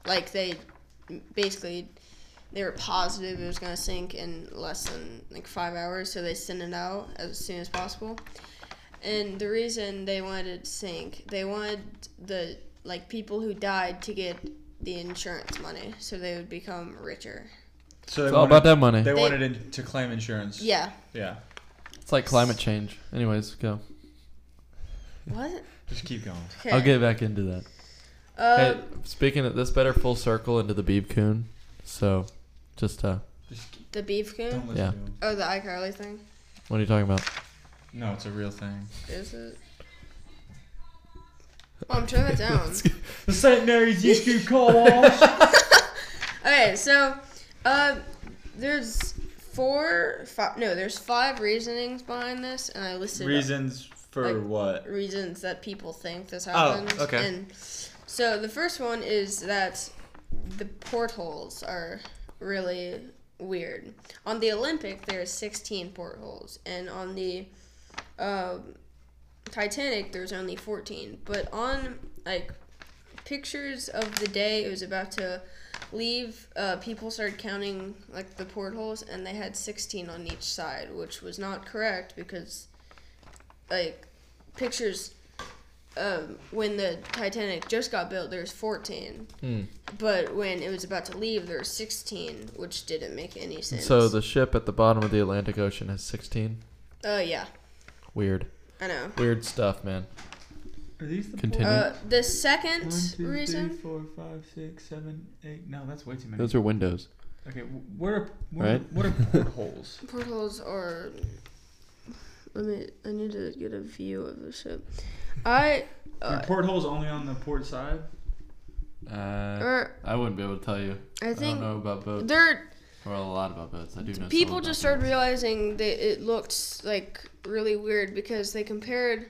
[SPEAKER 3] like they basically they were positive it was gonna sink in less than like five hours, so they sent it out as soon as possible. And the reason they wanted it to sink, they wanted the like people who died to get the insurance money, so they would become richer.
[SPEAKER 5] So they
[SPEAKER 2] It's all about that money.
[SPEAKER 5] They wanted it to claim insurance.
[SPEAKER 3] Yeah.
[SPEAKER 5] Yeah.
[SPEAKER 2] It's like climate change. Anyways, go.
[SPEAKER 3] What?
[SPEAKER 5] Just keep going.
[SPEAKER 3] Okay.
[SPEAKER 2] I'll get back into that.
[SPEAKER 3] Um,
[SPEAKER 2] Hey, speaking of this, better full circle into the Beeb Coon. So, just uh,
[SPEAKER 5] Just keep,
[SPEAKER 3] the beef coon.
[SPEAKER 5] don't listen
[SPEAKER 2] Yeah.
[SPEAKER 5] to him.
[SPEAKER 3] Oh, the iCarly thing.
[SPEAKER 2] what are you talking about?
[SPEAKER 5] No, it's a real thing.
[SPEAKER 3] Is it? Mom, turn
[SPEAKER 2] <laughs>
[SPEAKER 3] that down.
[SPEAKER 5] <laughs> The St. Mary's YouTube
[SPEAKER 3] <laughs>
[SPEAKER 5] call.
[SPEAKER 3] Okay, so uh, there's four, five, no, there's five reasonings behind this, and I listed
[SPEAKER 1] Reasons for
[SPEAKER 3] Like-
[SPEAKER 1] what?
[SPEAKER 3] reasons that people think this happened.
[SPEAKER 1] okay.
[SPEAKER 3] And so the first one is that the portholes are really weird. On the Olympic, there's 16 portholes, and on the um, Titanic, there's only 14. But on like pictures of the day it was about to leave, uh, people started counting like the portholes, and they had 16 on each side, which was not correct because like pictures um, when the Titanic just got built, there was 14.
[SPEAKER 2] Hmm.
[SPEAKER 3] But when it was about to leave, there was 16, which didn't make any sense.
[SPEAKER 2] So the ship at the bottom of the Atlantic Ocean has 16.
[SPEAKER 3] Oh, yeah.
[SPEAKER 2] Weird,
[SPEAKER 3] I know.
[SPEAKER 2] weird stuff, man.
[SPEAKER 5] Are these the
[SPEAKER 2] Continue.
[SPEAKER 3] Uh, the
[SPEAKER 5] One,
[SPEAKER 3] second
[SPEAKER 5] two, three,
[SPEAKER 3] reason.
[SPEAKER 5] four, five, six, seven, eight. No, that's way too many.
[SPEAKER 2] Those are windows.
[SPEAKER 5] okay, wh- what are what, are
[SPEAKER 2] Right? <laughs>
[SPEAKER 5] what are portholes?
[SPEAKER 3] Portals are. Let me. I need to get a view of the ship. I.
[SPEAKER 5] are
[SPEAKER 3] Uh,
[SPEAKER 5] portholes only on the port side?
[SPEAKER 2] Uh,
[SPEAKER 3] or
[SPEAKER 2] I wouldn't be able to tell you.
[SPEAKER 3] er, I
[SPEAKER 2] I don't
[SPEAKER 3] think
[SPEAKER 2] know about boats
[SPEAKER 3] they're
[SPEAKER 2] or a lot about boats. I do know.
[SPEAKER 3] people just started realizing that it looked like really weird because they compared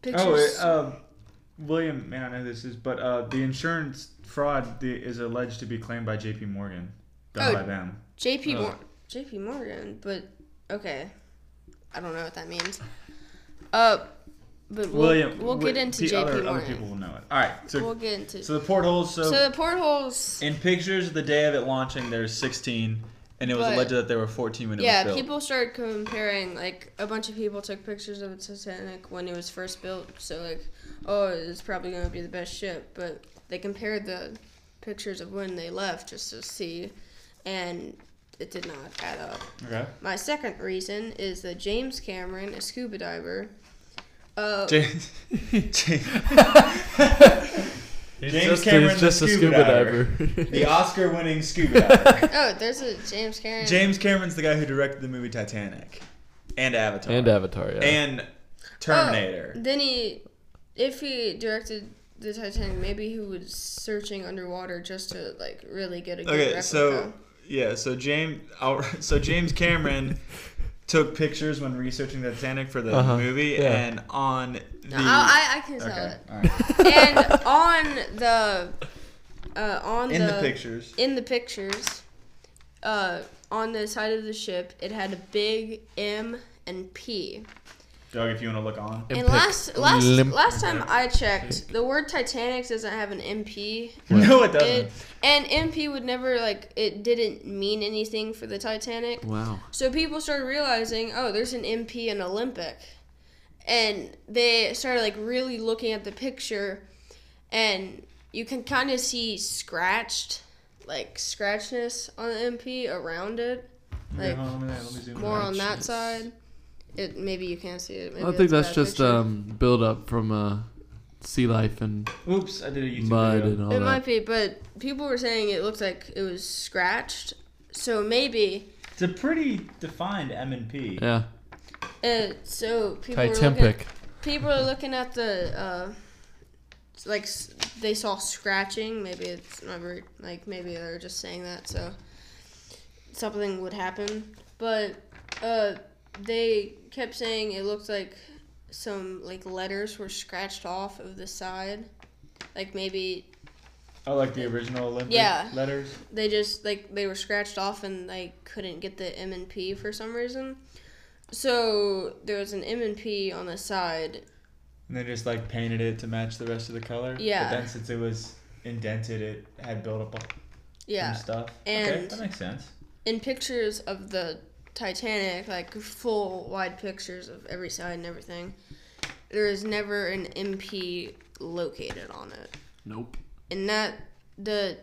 [SPEAKER 3] pictures.
[SPEAKER 5] Oh, it, uh, William, man, I know this is, but uh, the insurance fraud the, is alleged to be claimed by J.P. Morgan, done
[SPEAKER 3] Oh.
[SPEAKER 5] by them.
[SPEAKER 3] JP
[SPEAKER 5] Oh.
[SPEAKER 3] Mor- JP Morgan, but okay. I don't know what that means. Uh but we'll,
[SPEAKER 5] William,
[SPEAKER 3] we'll
[SPEAKER 5] wait,
[SPEAKER 3] get into
[SPEAKER 5] pe-
[SPEAKER 3] JP
[SPEAKER 5] other,
[SPEAKER 3] Morgan.
[SPEAKER 5] Other people will know it. All right, so
[SPEAKER 3] we'll get into
[SPEAKER 5] so the portholes. So,
[SPEAKER 3] So the portholes
[SPEAKER 1] In pictures, the day of it launching, there's 16, and it was
[SPEAKER 3] But-
[SPEAKER 1] alleged that there were 14 when it
[SPEAKER 3] yeah,
[SPEAKER 1] was built.
[SPEAKER 3] people started comparing. Like a bunch of people took pictures of the Titanic when it was first built. So like, oh, it's probably gonna be the best ship. But they compared the pictures of when they left just to see, and it did not add up.
[SPEAKER 2] <laughs>
[SPEAKER 5] Okay.
[SPEAKER 3] My second reason is that James Cameron, a scuba diver, uh,
[SPEAKER 5] James,
[SPEAKER 2] He's
[SPEAKER 5] James
[SPEAKER 2] just,
[SPEAKER 5] Cameron's
[SPEAKER 2] he's just a scuba diver.
[SPEAKER 5] the
[SPEAKER 2] <laughs>
[SPEAKER 5] Oscar-winning scuba diver.
[SPEAKER 3] oh, there's a James Cameron.
[SPEAKER 1] James Cameron's the guy who directed the movie Titanic and Avatar
[SPEAKER 2] and Avatar, yeah.
[SPEAKER 1] and Terminator.
[SPEAKER 3] Oh, then he, if he directed the Titanic, maybe he was searching underwater just to like really get a good
[SPEAKER 1] okay,
[SPEAKER 3] replica.
[SPEAKER 1] so yeah, so James, I'll, so James
[SPEAKER 2] <laughs>
[SPEAKER 1] Cameron took pictures when researching the Titanic for the
[SPEAKER 2] Uh-huh,
[SPEAKER 1] movie,
[SPEAKER 2] yeah.
[SPEAKER 1] and on the
[SPEAKER 3] No, I, I, I can tell
[SPEAKER 5] okay.
[SPEAKER 3] it. <laughs>
[SPEAKER 5] All right.
[SPEAKER 2] <laughs>
[SPEAKER 3] And on the, uh, on
[SPEAKER 5] In the pictures.
[SPEAKER 3] in the pictures, uh, on the side of the ship, it had a big M and P.
[SPEAKER 5] Doug, if you want to look on. <laughs>
[SPEAKER 3] And
[SPEAKER 2] Impic.
[SPEAKER 3] last last
[SPEAKER 2] Limp.
[SPEAKER 3] last time I checked, the word Titanic doesn't have an MP.
[SPEAKER 1] no, it doesn't.
[SPEAKER 3] It, and MP would never like it didn't mean anything for the Titanic.
[SPEAKER 2] Wow.
[SPEAKER 3] So people started realizing, oh, there's an MP in Olympic. And they started like really looking at the picture and you can kind of see scratched like scratchness on the MP around it. Like more on that side. It maybe you can't see it. Maybe
[SPEAKER 2] I think
[SPEAKER 3] a
[SPEAKER 2] that's
[SPEAKER 3] bad
[SPEAKER 2] just
[SPEAKER 3] picture.
[SPEAKER 2] um, build up from uh, sea life and
[SPEAKER 5] Oops, I did a YouTube
[SPEAKER 2] mud
[SPEAKER 5] video.
[SPEAKER 2] and all
[SPEAKER 3] It
[SPEAKER 2] that.
[SPEAKER 3] might be, but people were saying it looked like it was scratched. So maybe
[SPEAKER 5] It's a pretty defined M and P.
[SPEAKER 2] Yeah,
[SPEAKER 3] uh, so people were looking
[SPEAKER 2] Titempic.
[SPEAKER 3] people are looking at the uh, s- like s- they saw scratching. Maybe it's not very like maybe they're just saying that so something would happen. But uh, they kept saying it looked like some like letters were scratched off of the side. Like maybe
[SPEAKER 5] I like the original Olympic
[SPEAKER 3] Yeah.
[SPEAKER 5] letters.
[SPEAKER 3] they just like they were scratched off and they couldn't get the M and P for some reason. So there was an M and P on the side.
[SPEAKER 5] And they just like painted it to match the rest of the color.
[SPEAKER 3] Yeah.
[SPEAKER 5] But then since it was indented, it had built up on
[SPEAKER 3] Yeah.
[SPEAKER 5] some stuff. okay,
[SPEAKER 3] And-
[SPEAKER 5] that makes sense.
[SPEAKER 3] in pictures of the Titanic, like full wide pictures of every side and everything, there is never an MP located on it.
[SPEAKER 2] Nope.
[SPEAKER 3] And that the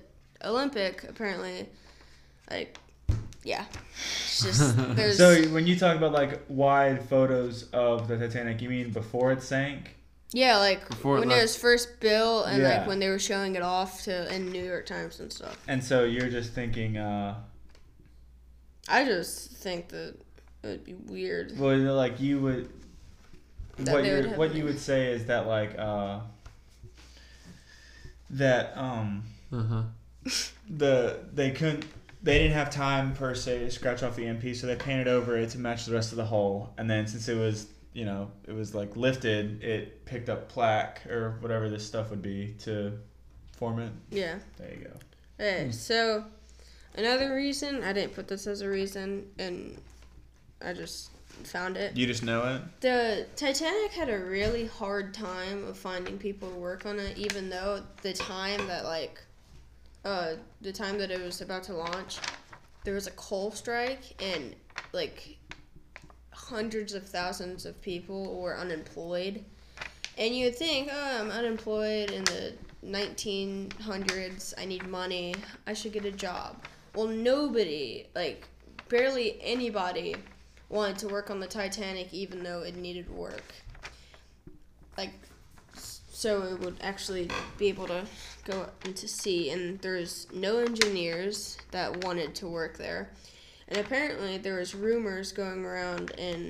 [SPEAKER 3] Olympic apparently, like, yeah, it's just there's
[SPEAKER 5] So when you talk about like wide photos of the Titanic, you mean before it sank?
[SPEAKER 3] yeah, like
[SPEAKER 2] Before it
[SPEAKER 3] when it
[SPEAKER 2] left-
[SPEAKER 3] was first built and
[SPEAKER 5] Yeah.
[SPEAKER 3] like when they were showing it off to in New York Times and stuff.
[SPEAKER 5] And so you're just thinking, uh,
[SPEAKER 3] I just think that it would be weird.
[SPEAKER 5] well, you know, like you would.
[SPEAKER 3] That
[SPEAKER 5] what
[SPEAKER 3] they
[SPEAKER 5] you
[SPEAKER 3] would have
[SPEAKER 5] what you
[SPEAKER 3] an-
[SPEAKER 5] would say is that like uh, that um
[SPEAKER 2] Uh huh.
[SPEAKER 5] the they couldn't they didn't have time per se to scratch off the MP, so they painted over it to match the rest of the hull. And then since it was you know it was like lifted, it picked up plaque or whatever this stuff would be to form it.
[SPEAKER 3] Yeah.
[SPEAKER 5] There you go.
[SPEAKER 3] Okay,
[SPEAKER 2] Hmm.
[SPEAKER 3] so another reason I didn't put this as a reason, and I just found it.
[SPEAKER 1] you just know it.
[SPEAKER 3] The Titanic had a really hard time of finding people to work on it, even though the time that like, uh, the time that it was about to launch, there was a coal strike, and like, hundreds of thousands of people were unemployed, and you'd think, oh, I'm unemployed in the 1900s. I need money. I should get a job. Well, nobody, like, barely anybody wanted to work on the Titanic even though it needed work. Like, s- so it would actually be able to go into sea, and there's no engineers that wanted to work there. And apparently, there was rumors going around in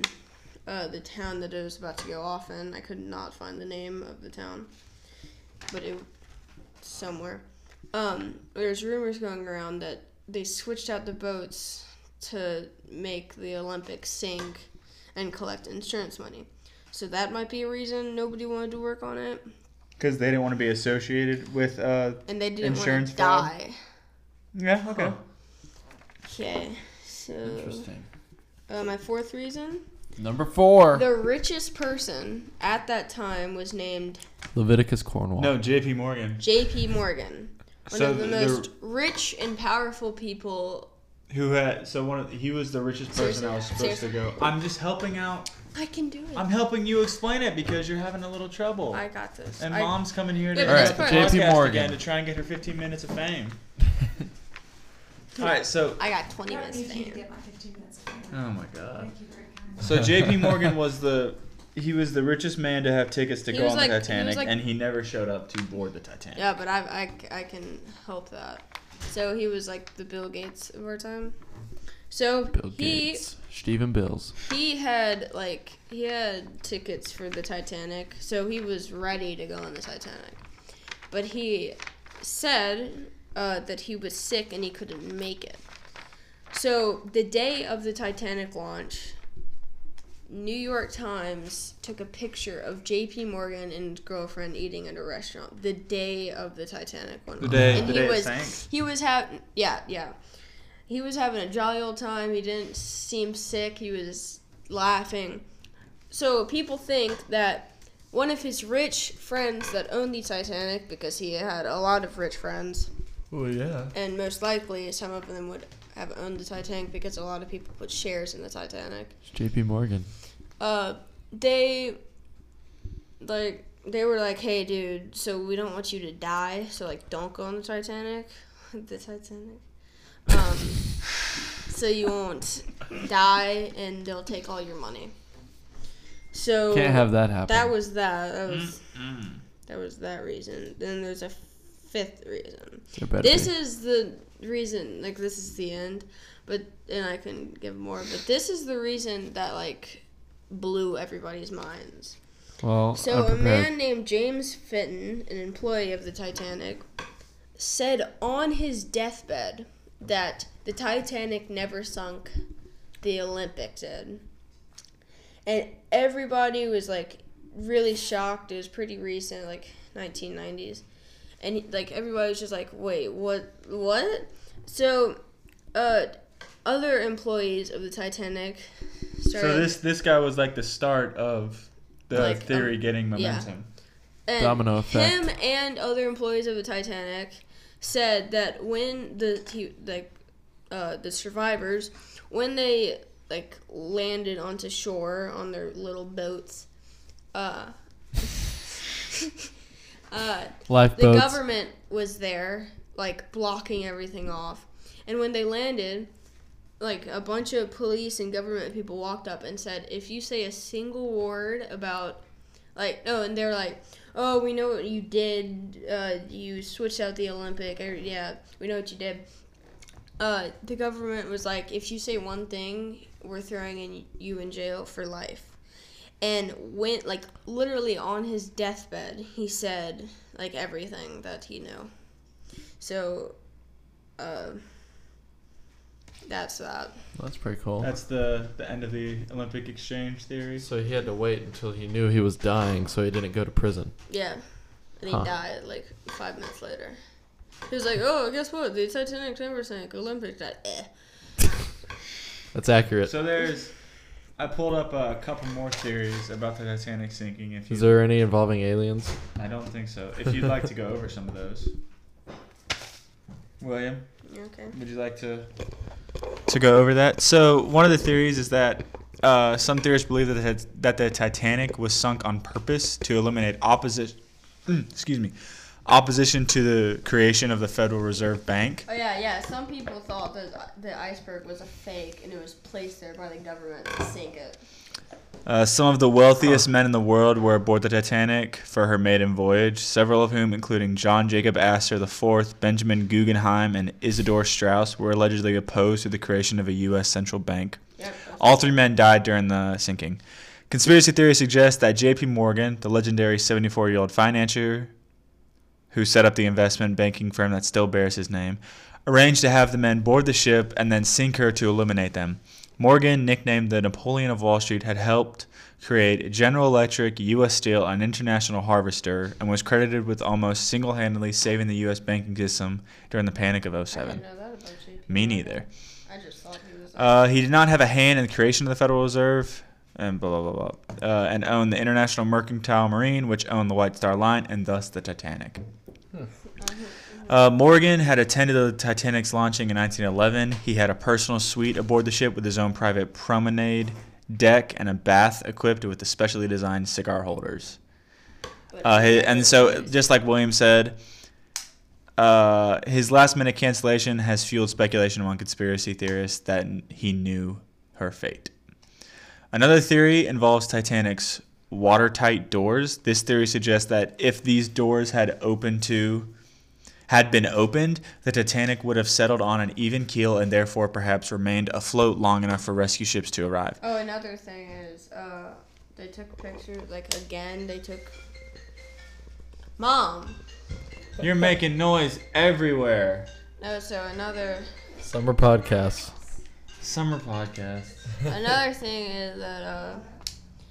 [SPEAKER 3] uh, the town that it was about to go off in. I could not find the name of the town, but it somewhere. Um, there's rumors going around that they switched out the boats to make the Olympics sink and collect insurance money. So that might be a reason nobody wanted to work on it,
[SPEAKER 5] Because they didn't want to be associated with. Uh,
[SPEAKER 3] and they didn't want
[SPEAKER 5] Insurance
[SPEAKER 3] to
[SPEAKER 5] fraud?
[SPEAKER 3] die.
[SPEAKER 5] yeah. Okay.
[SPEAKER 3] Okay, so
[SPEAKER 2] Interesting.
[SPEAKER 3] uh, my fourth reason:
[SPEAKER 2] Number four.
[SPEAKER 3] the richest person at that time was named
[SPEAKER 2] Leviticus Cornwall.
[SPEAKER 1] No, J.P. Morgan,
[SPEAKER 3] J.P. Morgan, one
[SPEAKER 1] So
[SPEAKER 3] of the,
[SPEAKER 1] the- the-
[SPEAKER 3] most rich and powerful people.
[SPEAKER 1] who had so one of he was the richest person
[SPEAKER 3] Seriously?
[SPEAKER 1] I was supposed to go. I'm just helping out
[SPEAKER 3] I can do it.
[SPEAKER 1] I'm helping you explain it because you're having a little trouble.
[SPEAKER 3] I got this.
[SPEAKER 1] and
[SPEAKER 3] I-
[SPEAKER 1] mom's coming here to
[SPEAKER 3] Yeah,
[SPEAKER 1] do
[SPEAKER 3] but that's
[SPEAKER 1] the
[SPEAKER 3] part-
[SPEAKER 1] podcast
[SPEAKER 2] JP Morgan.
[SPEAKER 1] again to try and get her 15 minutes of
[SPEAKER 3] <laughs>
[SPEAKER 1] fame. All right, so
[SPEAKER 3] I got 20
[SPEAKER 4] I don't
[SPEAKER 3] minutes.
[SPEAKER 4] need you to
[SPEAKER 3] to
[SPEAKER 4] get my 15 minutes.
[SPEAKER 1] oh my god.
[SPEAKER 4] Thank you very kindly.
[SPEAKER 1] So JP Morgan was the he was the richest man to have tickets to
[SPEAKER 3] He
[SPEAKER 1] go
[SPEAKER 3] was
[SPEAKER 1] on
[SPEAKER 3] like- he
[SPEAKER 1] the
[SPEAKER 3] was
[SPEAKER 1] Titanic
[SPEAKER 3] like-
[SPEAKER 1] and he never showed up to board the Titanic.
[SPEAKER 3] Yeah, but I, I, I can help that. So he was like the Bill Gates of our time. So
[SPEAKER 2] Bill
[SPEAKER 3] he
[SPEAKER 2] Gates, Stephen Bills.
[SPEAKER 3] he had like he had tickets for the Titanic, so he was ready to go on the Titanic. But he said uh, that he was sick and he couldn't make it. So the day of the Titanic launch, New York Times took a picture of J.P. Morgan and his girlfriend eating at a restaurant the day of the Titanic went
[SPEAKER 1] The
[SPEAKER 3] off.
[SPEAKER 1] day-
[SPEAKER 3] and
[SPEAKER 1] the
[SPEAKER 3] he
[SPEAKER 1] day it
[SPEAKER 3] was
[SPEAKER 1] sank.
[SPEAKER 3] he was having yeah yeah he was having a jolly old time. He didn't seem sick. He was laughing. So people think that one of his rich friends that owned the Titanic, because he had a lot of rich friends,
[SPEAKER 2] Well, Oh, yeah.
[SPEAKER 3] and most likely some of them would have owned the Titanic because a lot of people put shares in the Titanic.
[SPEAKER 2] J.P. Morgan.
[SPEAKER 3] Uh, they like they were like, "Hey, dude, so we don't want you to die, so like don't go on the Titanic, <laughs> the Titanic." Um, so you won't die, and they'll take all your money. So
[SPEAKER 2] Can't have that happen.
[SPEAKER 3] that was that.
[SPEAKER 1] Mm.
[SPEAKER 3] That was that was that reason. Then there's a fifth reason.
[SPEAKER 2] There better
[SPEAKER 3] This
[SPEAKER 2] be.
[SPEAKER 3] is the reason, like this is the end, but and I can give more, but this is the reason that like blew everybody's minds.
[SPEAKER 2] well,
[SPEAKER 3] So
[SPEAKER 2] I'm
[SPEAKER 3] a
[SPEAKER 2] prepared.
[SPEAKER 3] man named James Fenton, an employee of the Titanic, said on his deathbed that the Titanic never sunk, the Olympic did. And everybody was like really shocked. It was pretty recent, like 1990s. And like everybody was just like, "Wait, what what?" So uh other employees of the Titanic started
[SPEAKER 1] So this this guy was like the start of the
[SPEAKER 3] Like,
[SPEAKER 1] theory
[SPEAKER 3] um,
[SPEAKER 1] getting
[SPEAKER 3] yeah.
[SPEAKER 1] momentum.
[SPEAKER 3] and
[SPEAKER 2] Domino effect.
[SPEAKER 3] Him and other employees of the Titanic said that when the he, like uh, the survivors, when they like landed onto shore on their little boats, uh, <laughs> uh, the
[SPEAKER 2] Lifeboats.
[SPEAKER 3] government was there, like blocking everything off. And when they landed, like a bunch of police and government people walked up and said, "If you say a single word about, like, oh, and they're like, oh, we know what you did. Uh, you switched out the Olympic. er, Yeah, we know what you did." Uh, the government was like, "If you say one thing, we're throwing in you in jail for life." And went like literally on his deathbed, he said like everything that he knew. So, uh, that's that.
[SPEAKER 2] That's pretty cool.
[SPEAKER 1] That's the the end of the Olympic exchange theory.
[SPEAKER 2] So he had to wait until he knew he was dying, so he didn't go to prison.
[SPEAKER 3] Yeah. And he
[SPEAKER 2] Huh.
[SPEAKER 3] died like five minutes later. He was like, oh, guess what? The Titanic never sank. Olympic died. Eh.
[SPEAKER 2] That's accurate.
[SPEAKER 1] So there's I pulled up a couple more theories about the Titanic sinking if you
[SPEAKER 2] is there any involving aliens?
[SPEAKER 1] I don't think so. If you'd like to go over some of those. William,
[SPEAKER 3] Okay.
[SPEAKER 1] would you like to to go over that? So one of the theories is that uh, some theorists believe that the, that the Titanic was sunk on purpose to eliminate opposition. <clears throat> excuse me, opposition to the creation of the Federal Reserve Bank.
[SPEAKER 3] Oh, yeah, yeah. Some people thought that the iceberg was a fake and it was placed there by the government to sink it.
[SPEAKER 1] Uh, some of the wealthiest men in the world were aboard the Titanic for her maiden voyage, several of whom, including John Jacob Astor IV, Benjamin Guggenheim, and Isidor Strauss, were allegedly opposed to the creation of a U.S. central bank.
[SPEAKER 3] Yep.
[SPEAKER 1] All three men died during the sinking. Conspiracy theories suggest that J.P. Morgan, the legendary 74 year old financier who set up the investment banking firm that still bears his name, arranged to have the men board the ship and then sink her to eliminate them. Morgan, nicknamed the Napoleon of Wall Street, had helped create General Electric, U.S. Steel, and International Harvester, and was credited with almost single handedly saving the U.S. banking system during the Panic of
[SPEAKER 3] I didn't
[SPEAKER 1] 07.
[SPEAKER 3] know that about you.
[SPEAKER 1] Me neither.
[SPEAKER 3] I just thought he was.
[SPEAKER 1] Uh, he did not have a hand in the creation of the Federal Reserve, and blah blah blah blah, uh, and owned the International Mercantile Marine, which owned the White Star Line and thus the Titanic. Uh, Morgan had attended the Titanic's launching in 1911. He had a personal suite aboard the ship with his own private promenade deck, and a bath equipped with the specially designed cigar holders.
[SPEAKER 3] But
[SPEAKER 1] Uh, hi- and so, just like William said, uh, his last minute cancellation has fueled speculation among conspiracy theorists that n- he knew her fate. Another theory involves Titanic's watertight doors. This theory suggests that if these doors had opened to had been opened, the Titanic would have settled on an even keel and therefore perhaps remained afloat long enough for rescue ships to arrive.
[SPEAKER 3] Oh, another thing is, uh, they took a picture, like, again, they took. Mom!
[SPEAKER 1] You're making noise everywhere.
[SPEAKER 3] No, so another.
[SPEAKER 2] Summer podcasts.
[SPEAKER 1] Summer podcast.
[SPEAKER 3] <laughs> Another thing is that, uh,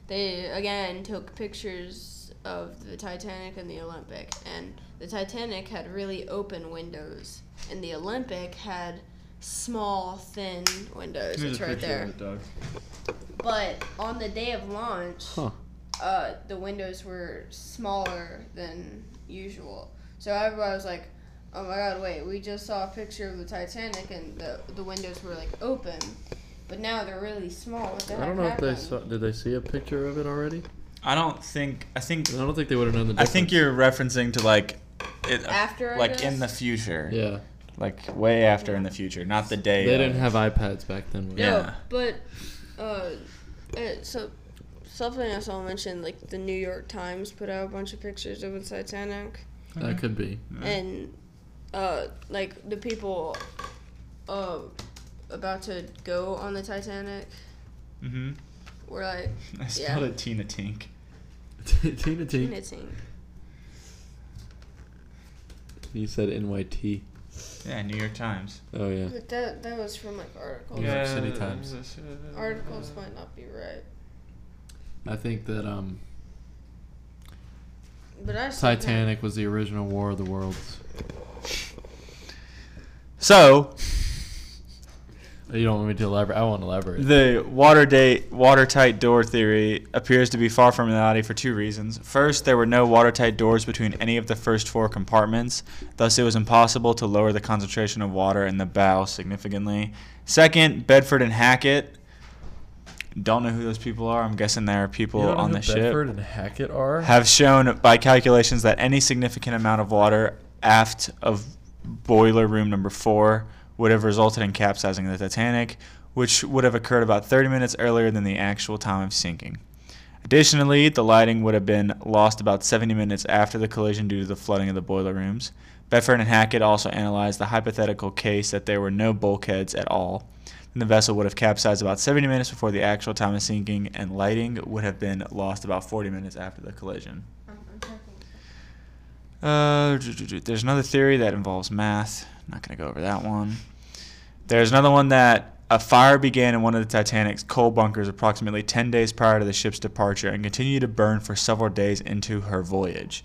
[SPEAKER 3] they, again, took pictures of the Titanic and the Olympic, and the Titanic had really open windows, and the Olympic had small, thin windows. it's right there. But on the day of launch,
[SPEAKER 2] Huh.
[SPEAKER 3] uh, the windows were smaller than usual. So everybody was like, "Oh my God! Wait, we just saw a picture of the Titanic, and the the windows were like open, but now they're really small." What the
[SPEAKER 2] I
[SPEAKER 3] heck
[SPEAKER 2] don't know if they
[SPEAKER 3] happened?"
[SPEAKER 2] saw. Did they see a picture of it already?
[SPEAKER 1] I don't think. I think.
[SPEAKER 2] I don't think they would have known the
[SPEAKER 1] I
[SPEAKER 2] difference.
[SPEAKER 1] think you're referencing to like. It, uh,
[SPEAKER 3] After, I
[SPEAKER 1] like in the
[SPEAKER 3] guess?
[SPEAKER 1] future,
[SPEAKER 2] Yeah,
[SPEAKER 1] like way after in the future, not the day.
[SPEAKER 2] they
[SPEAKER 1] of.
[SPEAKER 2] didn't have iPads back then. really.
[SPEAKER 3] No,
[SPEAKER 1] Yeah.
[SPEAKER 3] but uh, it, so something I saw mentioned, like the New York Times put out a bunch of pictures of the Titanic.
[SPEAKER 2] That could be. <laughs>
[SPEAKER 3] and uh, like the people uh, about to go on the Titanic
[SPEAKER 1] Mm-hmm. <laughs>
[SPEAKER 3] were like
[SPEAKER 1] I spelled it Tina Tink.
[SPEAKER 2] Tina T.
[SPEAKER 3] knitting.
[SPEAKER 2] You said NYT.
[SPEAKER 1] Yeah, New York Times.
[SPEAKER 2] Oh yeah.
[SPEAKER 3] But that that was from like articles.
[SPEAKER 2] New York City Times.
[SPEAKER 3] Articles might not be right,
[SPEAKER 2] I think that um,
[SPEAKER 3] but I still think-
[SPEAKER 2] Titanic was the original War of the Worlds.
[SPEAKER 1] So
[SPEAKER 2] You don't want me to elaborate? I won't elaborate.
[SPEAKER 1] the water date, watertight door theory appears to be far from reality for two reasons. First, there were no watertight doors between any of the first four compartments, thus it was impossible to lower the concentration of water in the bow significantly. Second, Bedford and Hackett. Don't know who those people are. I'm guessing they are people
[SPEAKER 2] You don't know
[SPEAKER 1] on
[SPEAKER 2] who
[SPEAKER 1] the ship.
[SPEAKER 2] Bedford and Hackett are.
[SPEAKER 1] have shown by calculations that any significant amount of water aft of boiler room number four would have resulted in capsizing the Titanic, which would have occurred about 30 minutes earlier than the actual time of sinking. Additionally, the lighting would have been lost about 70 minutes after the collision due to the flooding of the boiler rooms. Bedford and Hackett also analyzed the hypothetical case that there were no bulkheads at all, and the vessel would have capsized about 70 minutes before the actual time of sinking, and lighting would have been lost about 40 minutes after the collision.
[SPEAKER 3] I'm, I'm checking.
[SPEAKER 1] Uh, d- d- d- there's another theory that involves math. I'm not going to go over that one. There's another one that a fire began in one of the Titanic's coal bunkers approximately 10 days prior to the ship's departure and continued to burn for several days into her voyage.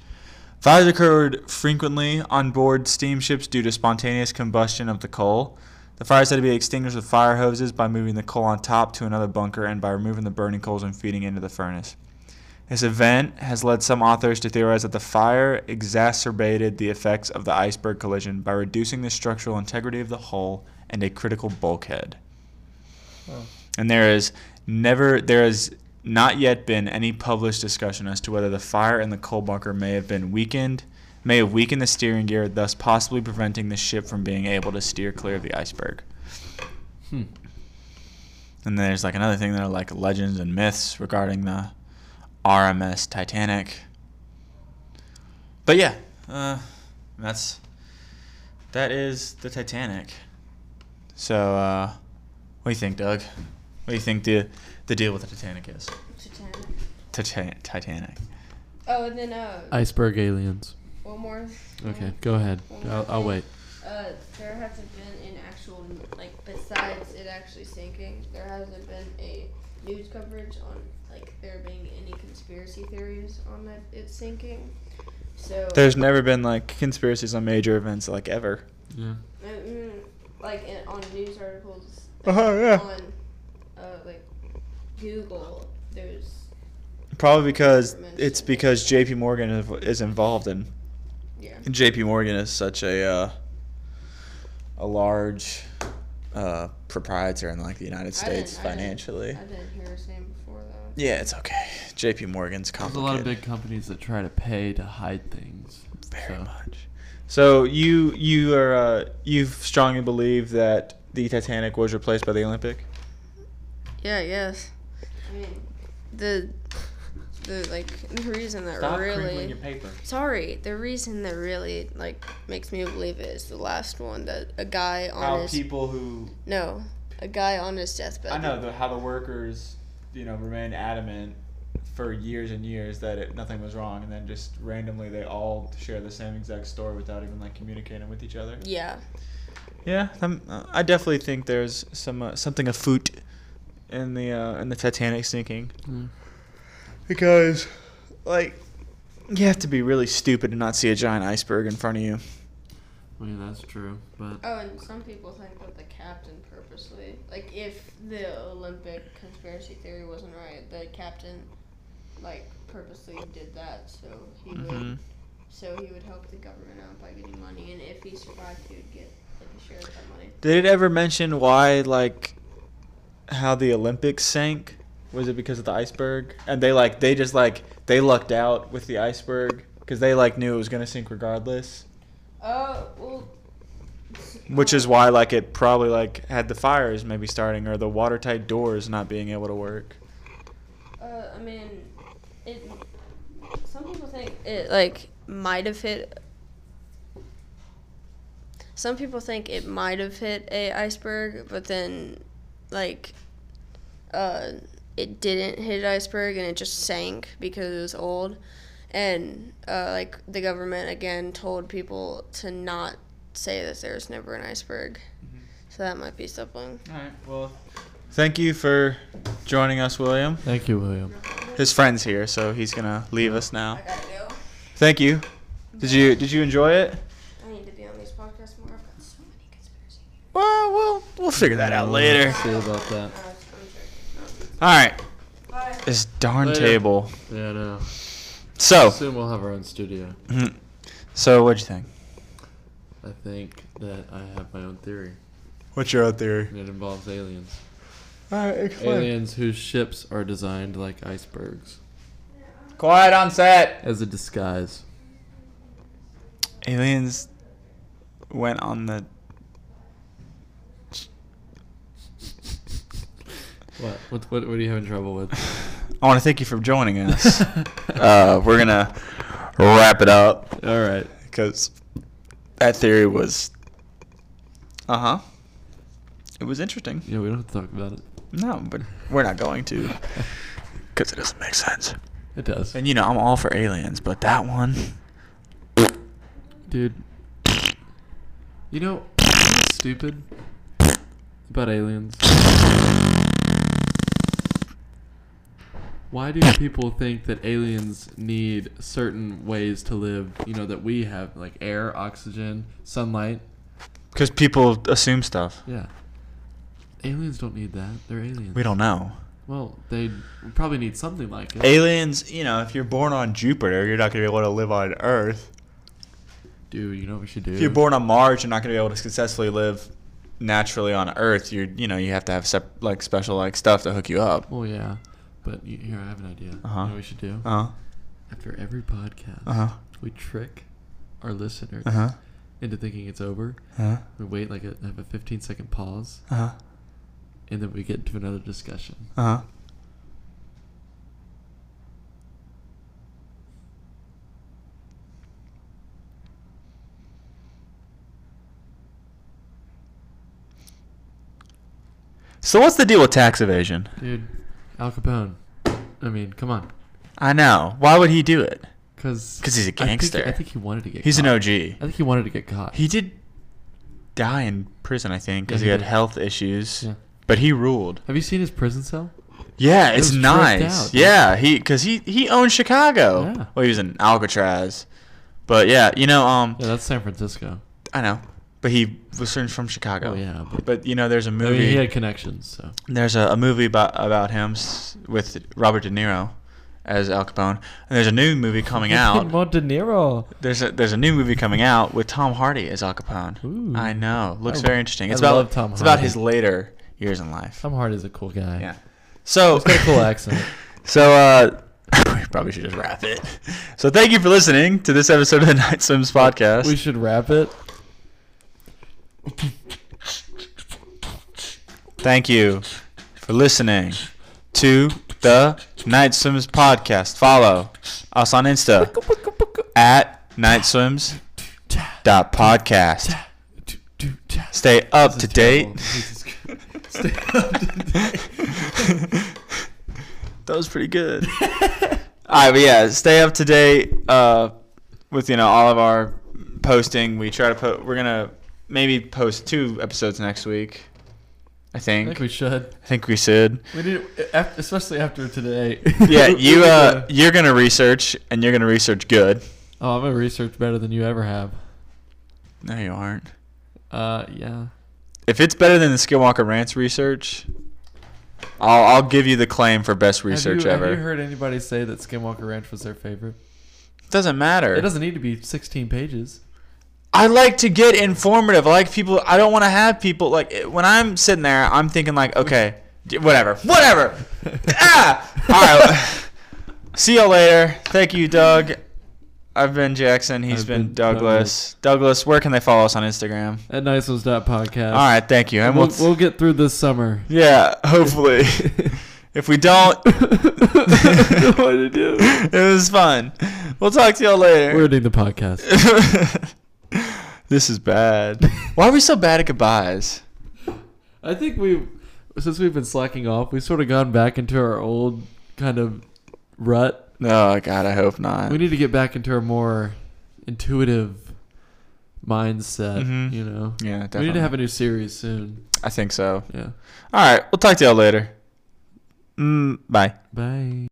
[SPEAKER 1] Fires occurred frequently on board steamships due to spontaneous combustion of the coal. The fires had to be extinguished with fire hoses by moving the coal on top to another bunker and by removing the burning coals and feeding into the furnace. This event has led some authors to theorize that the fire exacerbated the effects of the iceberg collision by reducing the structural integrity of the hull and a critical bulkhead. And there is never there has not yet been any published discussion as to whether the fire in the coal bunker may have been weakened, may have weakened the steering gear, thus possibly preventing the ship from being able to steer clear of the iceberg.
[SPEAKER 2] Hmm.
[SPEAKER 1] And there's like another thing that are like legends and myths regarding the RMS Titanic. But yeah, uh, that's that is the Titanic. So uh, what do you think, Doug? What do you think the the deal with the Titanic is?
[SPEAKER 3] Titanic.
[SPEAKER 1] Titan- Titanic.
[SPEAKER 3] Oh, and then uh,
[SPEAKER 2] Iceberg aliens.
[SPEAKER 3] one more.
[SPEAKER 2] Okay, go ahead. I'll, I'll wait.
[SPEAKER 3] Uh, there hasn't been an actual like besides it actually sinking. There hasn't been a news coverage on like there being any conspiracy theories on that it's sinking. So
[SPEAKER 1] There's never been like conspiracies on major events like ever.
[SPEAKER 2] Yeah.
[SPEAKER 3] uh, mm, like in, on news articles
[SPEAKER 1] Oh yeah.
[SPEAKER 3] on uh, like Google, there's
[SPEAKER 1] Probably because it's because J.P. Morgan is- is involved in
[SPEAKER 3] yeah.
[SPEAKER 1] JP Morgan is such a uh, a large
[SPEAKER 5] uh, proprietor in like the United
[SPEAKER 3] I didn't-
[SPEAKER 5] States
[SPEAKER 3] I didn't-
[SPEAKER 5] financially.
[SPEAKER 3] I didn't hear his name before that.
[SPEAKER 5] Yeah, it's okay. J.P. Morgan's
[SPEAKER 2] There's
[SPEAKER 5] complicated.
[SPEAKER 2] a lot of big companies that try to pay to hide things.
[SPEAKER 5] Very
[SPEAKER 2] so.
[SPEAKER 5] much.
[SPEAKER 1] So you you are uh, you strongly believe that the Titanic was replaced by the Olympic?
[SPEAKER 3] Yeah, I guess. I mean, the the like the reason that really
[SPEAKER 1] paper.
[SPEAKER 3] sorry, the reason that really like makes me believe it is the last one that a guy on
[SPEAKER 1] How
[SPEAKER 3] his
[SPEAKER 1] people who
[SPEAKER 3] no, a guy on his deathbed.
[SPEAKER 1] I know the, how the workers, you know, remained adamant for years and years that it, nothing was wrong, and then just randomly they all share the same exact story without even like communicating with each other.
[SPEAKER 3] Yeah,
[SPEAKER 1] Yeah, I'm, uh, I definitely think there's some uh, something afoot in the uh, in the Titanic sinking
[SPEAKER 2] Mm.
[SPEAKER 1] because, like, you have to be really stupid to not see a giant iceberg in front of you.
[SPEAKER 2] I mean, that's true, but
[SPEAKER 3] Oh, and some people think that the captain purposely, like, if the Olympic conspiracy theory wasn't right, the captain, like, purposely did that so he
[SPEAKER 1] Mm-hmm.
[SPEAKER 3] would, so he would help the government out by getting money, and if he survived, he would get like a share of that money.
[SPEAKER 1] Did it ever mention why, like, how the Olympics sank? Was it because of the iceberg? And they like they just like they lucked out with the iceberg because they like knew it was gonna sink regardless,
[SPEAKER 3] Oh well.
[SPEAKER 1] which is why like it probably like had the fires maybe starting or the watertight doors not being able to work.
[SPEAKER 3] Uh, I mean, it. Some people think it like might have hit. Some people think it might have hit a iceberg, but then, like, uh, it didn't hit an iceberg and it just sank because it was old, and uh, like the government again told people to not say that there was never an iceberg, so that might be something.
[SPEAKER 1] All right. Well, thank you for joining us, William.
[SPEAKER 2] thank you, William.
[SPEAKER 1] His friend's here, so he's gonna leave us now.
[SPEAKER 3] gotta go.
[SPEAKER 1] Thank you. Did you did you enjoy it?
[SPEAKER 3] I need to be on these podcasts more. I've got so many conspiracy.
[SPEAKER 1] Well, we'll we'll figure that out
[SPEAKER 2] We'll
[SPEAKER 1] later.
[SPEAKER 2] See about that.
[SPEAKER 3] Uh, I'm joking.
[SPEAKER 1] All right. This darn
[SPEAKER 2] Later.
[SPEAKER 1] table.
[SPEAKER 2] Yeah, no.
[SPEAKER 1] So, mm-hmm.
[SPEAKER 2] Soon we'll have our own studio.
[SPEAKER 1] so what'd you think?
[SPEAKER 2] I think that I have my own theory,
[SPEAKER 1] What's your own theory?
[SPEAKER 2] and it involves aliens.
[SPEAKER 1] All right,
[SPEAKER 2] Aliens whose ships are designed like icebergs
[SPEAKER 5] Quiet on set.
[SPEAKER 2] as a disguise.
[SPEAKER 1] Aliens went on the.
[SPEAKER 2] What? What? What, what are you having trouble with? <laughs>
[SPEAKER 1] I want to thank you for joining <laughs> us.
[SPEAKER 5] Uh, we're gonna wrap it up
[SPEAKER 2] All right.
[SPEAKER 5] because that theory was
[SPEAKER 1] uh huh. It was interesting.
[SPEAKER 2] Yeah, we don't have to talk about it.
[SPEAKER 1] No, but we're not going <laughs> to because it doesn't make sense.
[SPEAKER 2] It does,
[SPEAKER 1] And you know, I'm all for aliens, but that one.
[SPEAKER 2] dude. You know, you know what's stupid about aliens. Why do people think that aliens need certain ways to live? You know that we have like air, oxygen, sunlight.
[SPEAKER 1] Because people assume stuff.
[SPEAKER 2] Yeah. Aliens don't need that. They're aliens.
[SPEAKER 1] We don't know.
[SPEAKER 2] Well, they probably need something like it.
[SPEAKER 1] Aliens, you know, if you're born on Jupiter, you're not going to be able to live on Earth.
[SPEAKER 2] Dude, you know what we should do?
[SPEAKER 1] If you're born on Mars, you're not going to be able to successfully live naturally on Earth. You're, you know, you have to have sep- like special like stuff to hook you up.
[SPEAKER 2] Well, yeah. But y- here, I have an idea.
[SPEAKER 1] Uh-huh.
[SPEAKER 2] You know what we should do?
[SPEAKER 1] Uh huh.
[SPEAKER 2] After every podcast,
[SPEAKER 1] Uh huh.
[SPEAKER 2] we trick our listeners
[SPEAKER 1] Uh huh.
[SPEAKER 2] into thinking it's over.
[SPEAKER 1] Uh
[SPEAKER 2] We wait like a, have a 15 second pause,
[SPEAKER 1] huh.
[SPEAKER 2] and then we get into another discussion.
[SPEAKER 1] Uh huh. So what's the deal with tax evasion?
[SPEAKER 2] Dude, Al Capone. I mean, come on.
[SPEAKER 1] I know. Why would he do it?
[SPEAKER 2] Because
[SPEAKER 1] 'Cause he's a
[SPEAKER 2] I
[SPEAKER 1] gangster.
[SPEAKER 2] think, he wanted to get
[SPEAKER 1] He's
[SPEAKER 2] caught.
[SPEAKER 1] an OG.
[SPEAKER 2] I think he wanted to get caught.
[SPEAKER 1] He did die in prison, I think, because
[SPEAKER 2] Yeah,
[SPEAKER 1] he
[SPEAKER 2] he
[SPEAKER 1] had
[SPEAKER 2] did.
[SPEAKER 1] health issues.
[SPEAKER 2] Yeah.
[SPEAKER 1] But he ruled.
[SPEAKER 2] have you seen his prison cell?
[SPEAKER 1] Yeah,
[SPEAKER 2] It
[SPEAKER 1] it's
[SPEAKER 2] was tricked
[SPEAKER 1] nice.
[SPEAKER 2] out.
[SPEAKER 1] yeah, he because he he owned Chicago.
[SPEAKER 2] Yeah.
[SPEAKER 1] Well, he was in Alcatraz, but yeah, you know, um,
[SPEAKER 2] Yeah, that's San Francisco.
[SPEAKER 1] I know, but he was from Chicago.
[SPEAKER 2] Oh, yeah. But,
[SPEAKER 1] But you know, there's a
[SPEAKER 2] I mean,
[SPEAKER 1] movie.
[SPEAKER 2] he had connections, so.
[SPEAKER 1] there's a, a movie about about him s- with Robert De Niro, as Al Capone. And there's a new movie
[SPEAKER 2] <laughs>
[SPEAKER 1] coming out.
[SPEAKER 2] More De Niro.
[SPEAKER 1] There's a, there's a new movie coming out with Tom Hardy as Al Capone.
[SPEAKER 2] Ooh.
[SPEAKER 1] I know. Looks
[SPEAKER 2] I-
[SPEAKER 1] very interesting. It's
[SPEAKER 2] I
[SPEAKER 1] about
[SPEAKER 2] love Tom
[SPEAKER 1] it's about
[SPEAKER 2] Hardy.
[SPEAKER 1] his later years in life.
[SPEAKER 2] Tom Hardy's a cool guy.
[SPEAKER 1] Yeah. So
[SPEAKER 2] He's got a cool accent.
[SPEAKER 1] <laughs> So uh <laughs> we probably should just wrap it. So thank you for listening to this episode of the <laughs> Night Swims podcast.
[SPEAKER 2] We should wrap it.
[SPEAKER 1] Thank you for listening to the Night Swims podcast. Follow us on Insta at Night Swims dot podcast. Stay up to
[SPEAKER 2] <laughs>
[SPEAKER 1] date.
[SPEAKER 2] <laughs>
[SPEAKER 1] That was pretty good. all right, but yeah, stay up to date uh, with you know all of our posting. We try to put. We're gonna maybe post two episodes next week. I
[SPEAKER 2] I
[SPEAKER 1] think.
[SPEAKER 2] think we should.
[SPEAKER 1] I think we
[SPEAKER 2] <laughs>
[SPEAKER 1] should.
[SPEAKER 2] We need, eh, af- especially after today. <laughs>
[SPEAKER 1] Yeah,
[SPEAKER 2] We
[SPEAKER 1] you
[SPEAKER 2] need
[SPEAKER 1] uh,
[SPEAKER 2] to-
[SPEAKER 1] you're gonna research and you're gonna research good.
[SPEAKER 2] Oh, I'm gonna research better than you ever have.
[SPEAKER 1] No, you aren't.
[SPEAKER 2] Uh, yeah.
[SPEAKER 1] If it's better than the Skillwalker Rants research, I'll I'll give you the claim for best research
[SPEAKER 2] have you,
[SPEAKER 1] ever.
[SPEAKER 2] Have you heard anybody say that Skinwalker Ranch was their favorite?
[SPEAKER 1] doesn't matter.
[SPEAKER 2] It doesn't need to be 16 pages.
[SPEAKER 1] I like to get informative. I like people. I don't want to have people like it- when I'm sitting there. I'm thinking like, okay, d- whatever,
[SPEAKER 2] <laughs>
[SPEAKER 1] whatever. ah, all right. <laughs> See you later. Thank you, Doug. I've been Jackson. He's
[SPEAKER 2] I've
[SPEAKER 1] been,
[SPEAKER 2] been
[SPEAKER 1] Douglas. Douglas. where can they follow us on Instagram?
[SPEAKER 2] At niceones.podcast.
[SPEAKER 1] All right, thank you. And
[SPEAKER 2] We'll,
[SPEAKER 1] we'll,
[SPEAKER 2] we'll get through this summer.
[SPEAKER 1] yeah,
[SPEAKER 2] <laughs>
[SPEAKER 1] hopefully. if we don't,
[SPEAKER 2] what did you do?
[SPEAKER 1] <laughs> it was fun. We'll talk to y'all later.
[SPEAKER 2] We're ending the podcast.
[SPEAKER 1] <laughs> this is bad. Why are we so bad at goodbyes?
[SPEAKER 2] I think we, since we've been slacking off, we've sort of gone back into our old kind of rut.
[SPEAKER 1] Oh God, I hope not.
[SPEAKER 2] We need to get back into a more intuitive mindset,
[SPEAKER 1] Mhm.
[SPEAKER 2] you know?
[SPEAKER 1] Yeah, definitely.
[SPEAKER 2] We need to have a new series soon.
[SPEAKER 1] I think so.
[SPEAKER 2] Yeah.
[SPEAKER 1] All right, we'll talk to y'all later. Mm, bye.
[SPEAKER 2] Bye.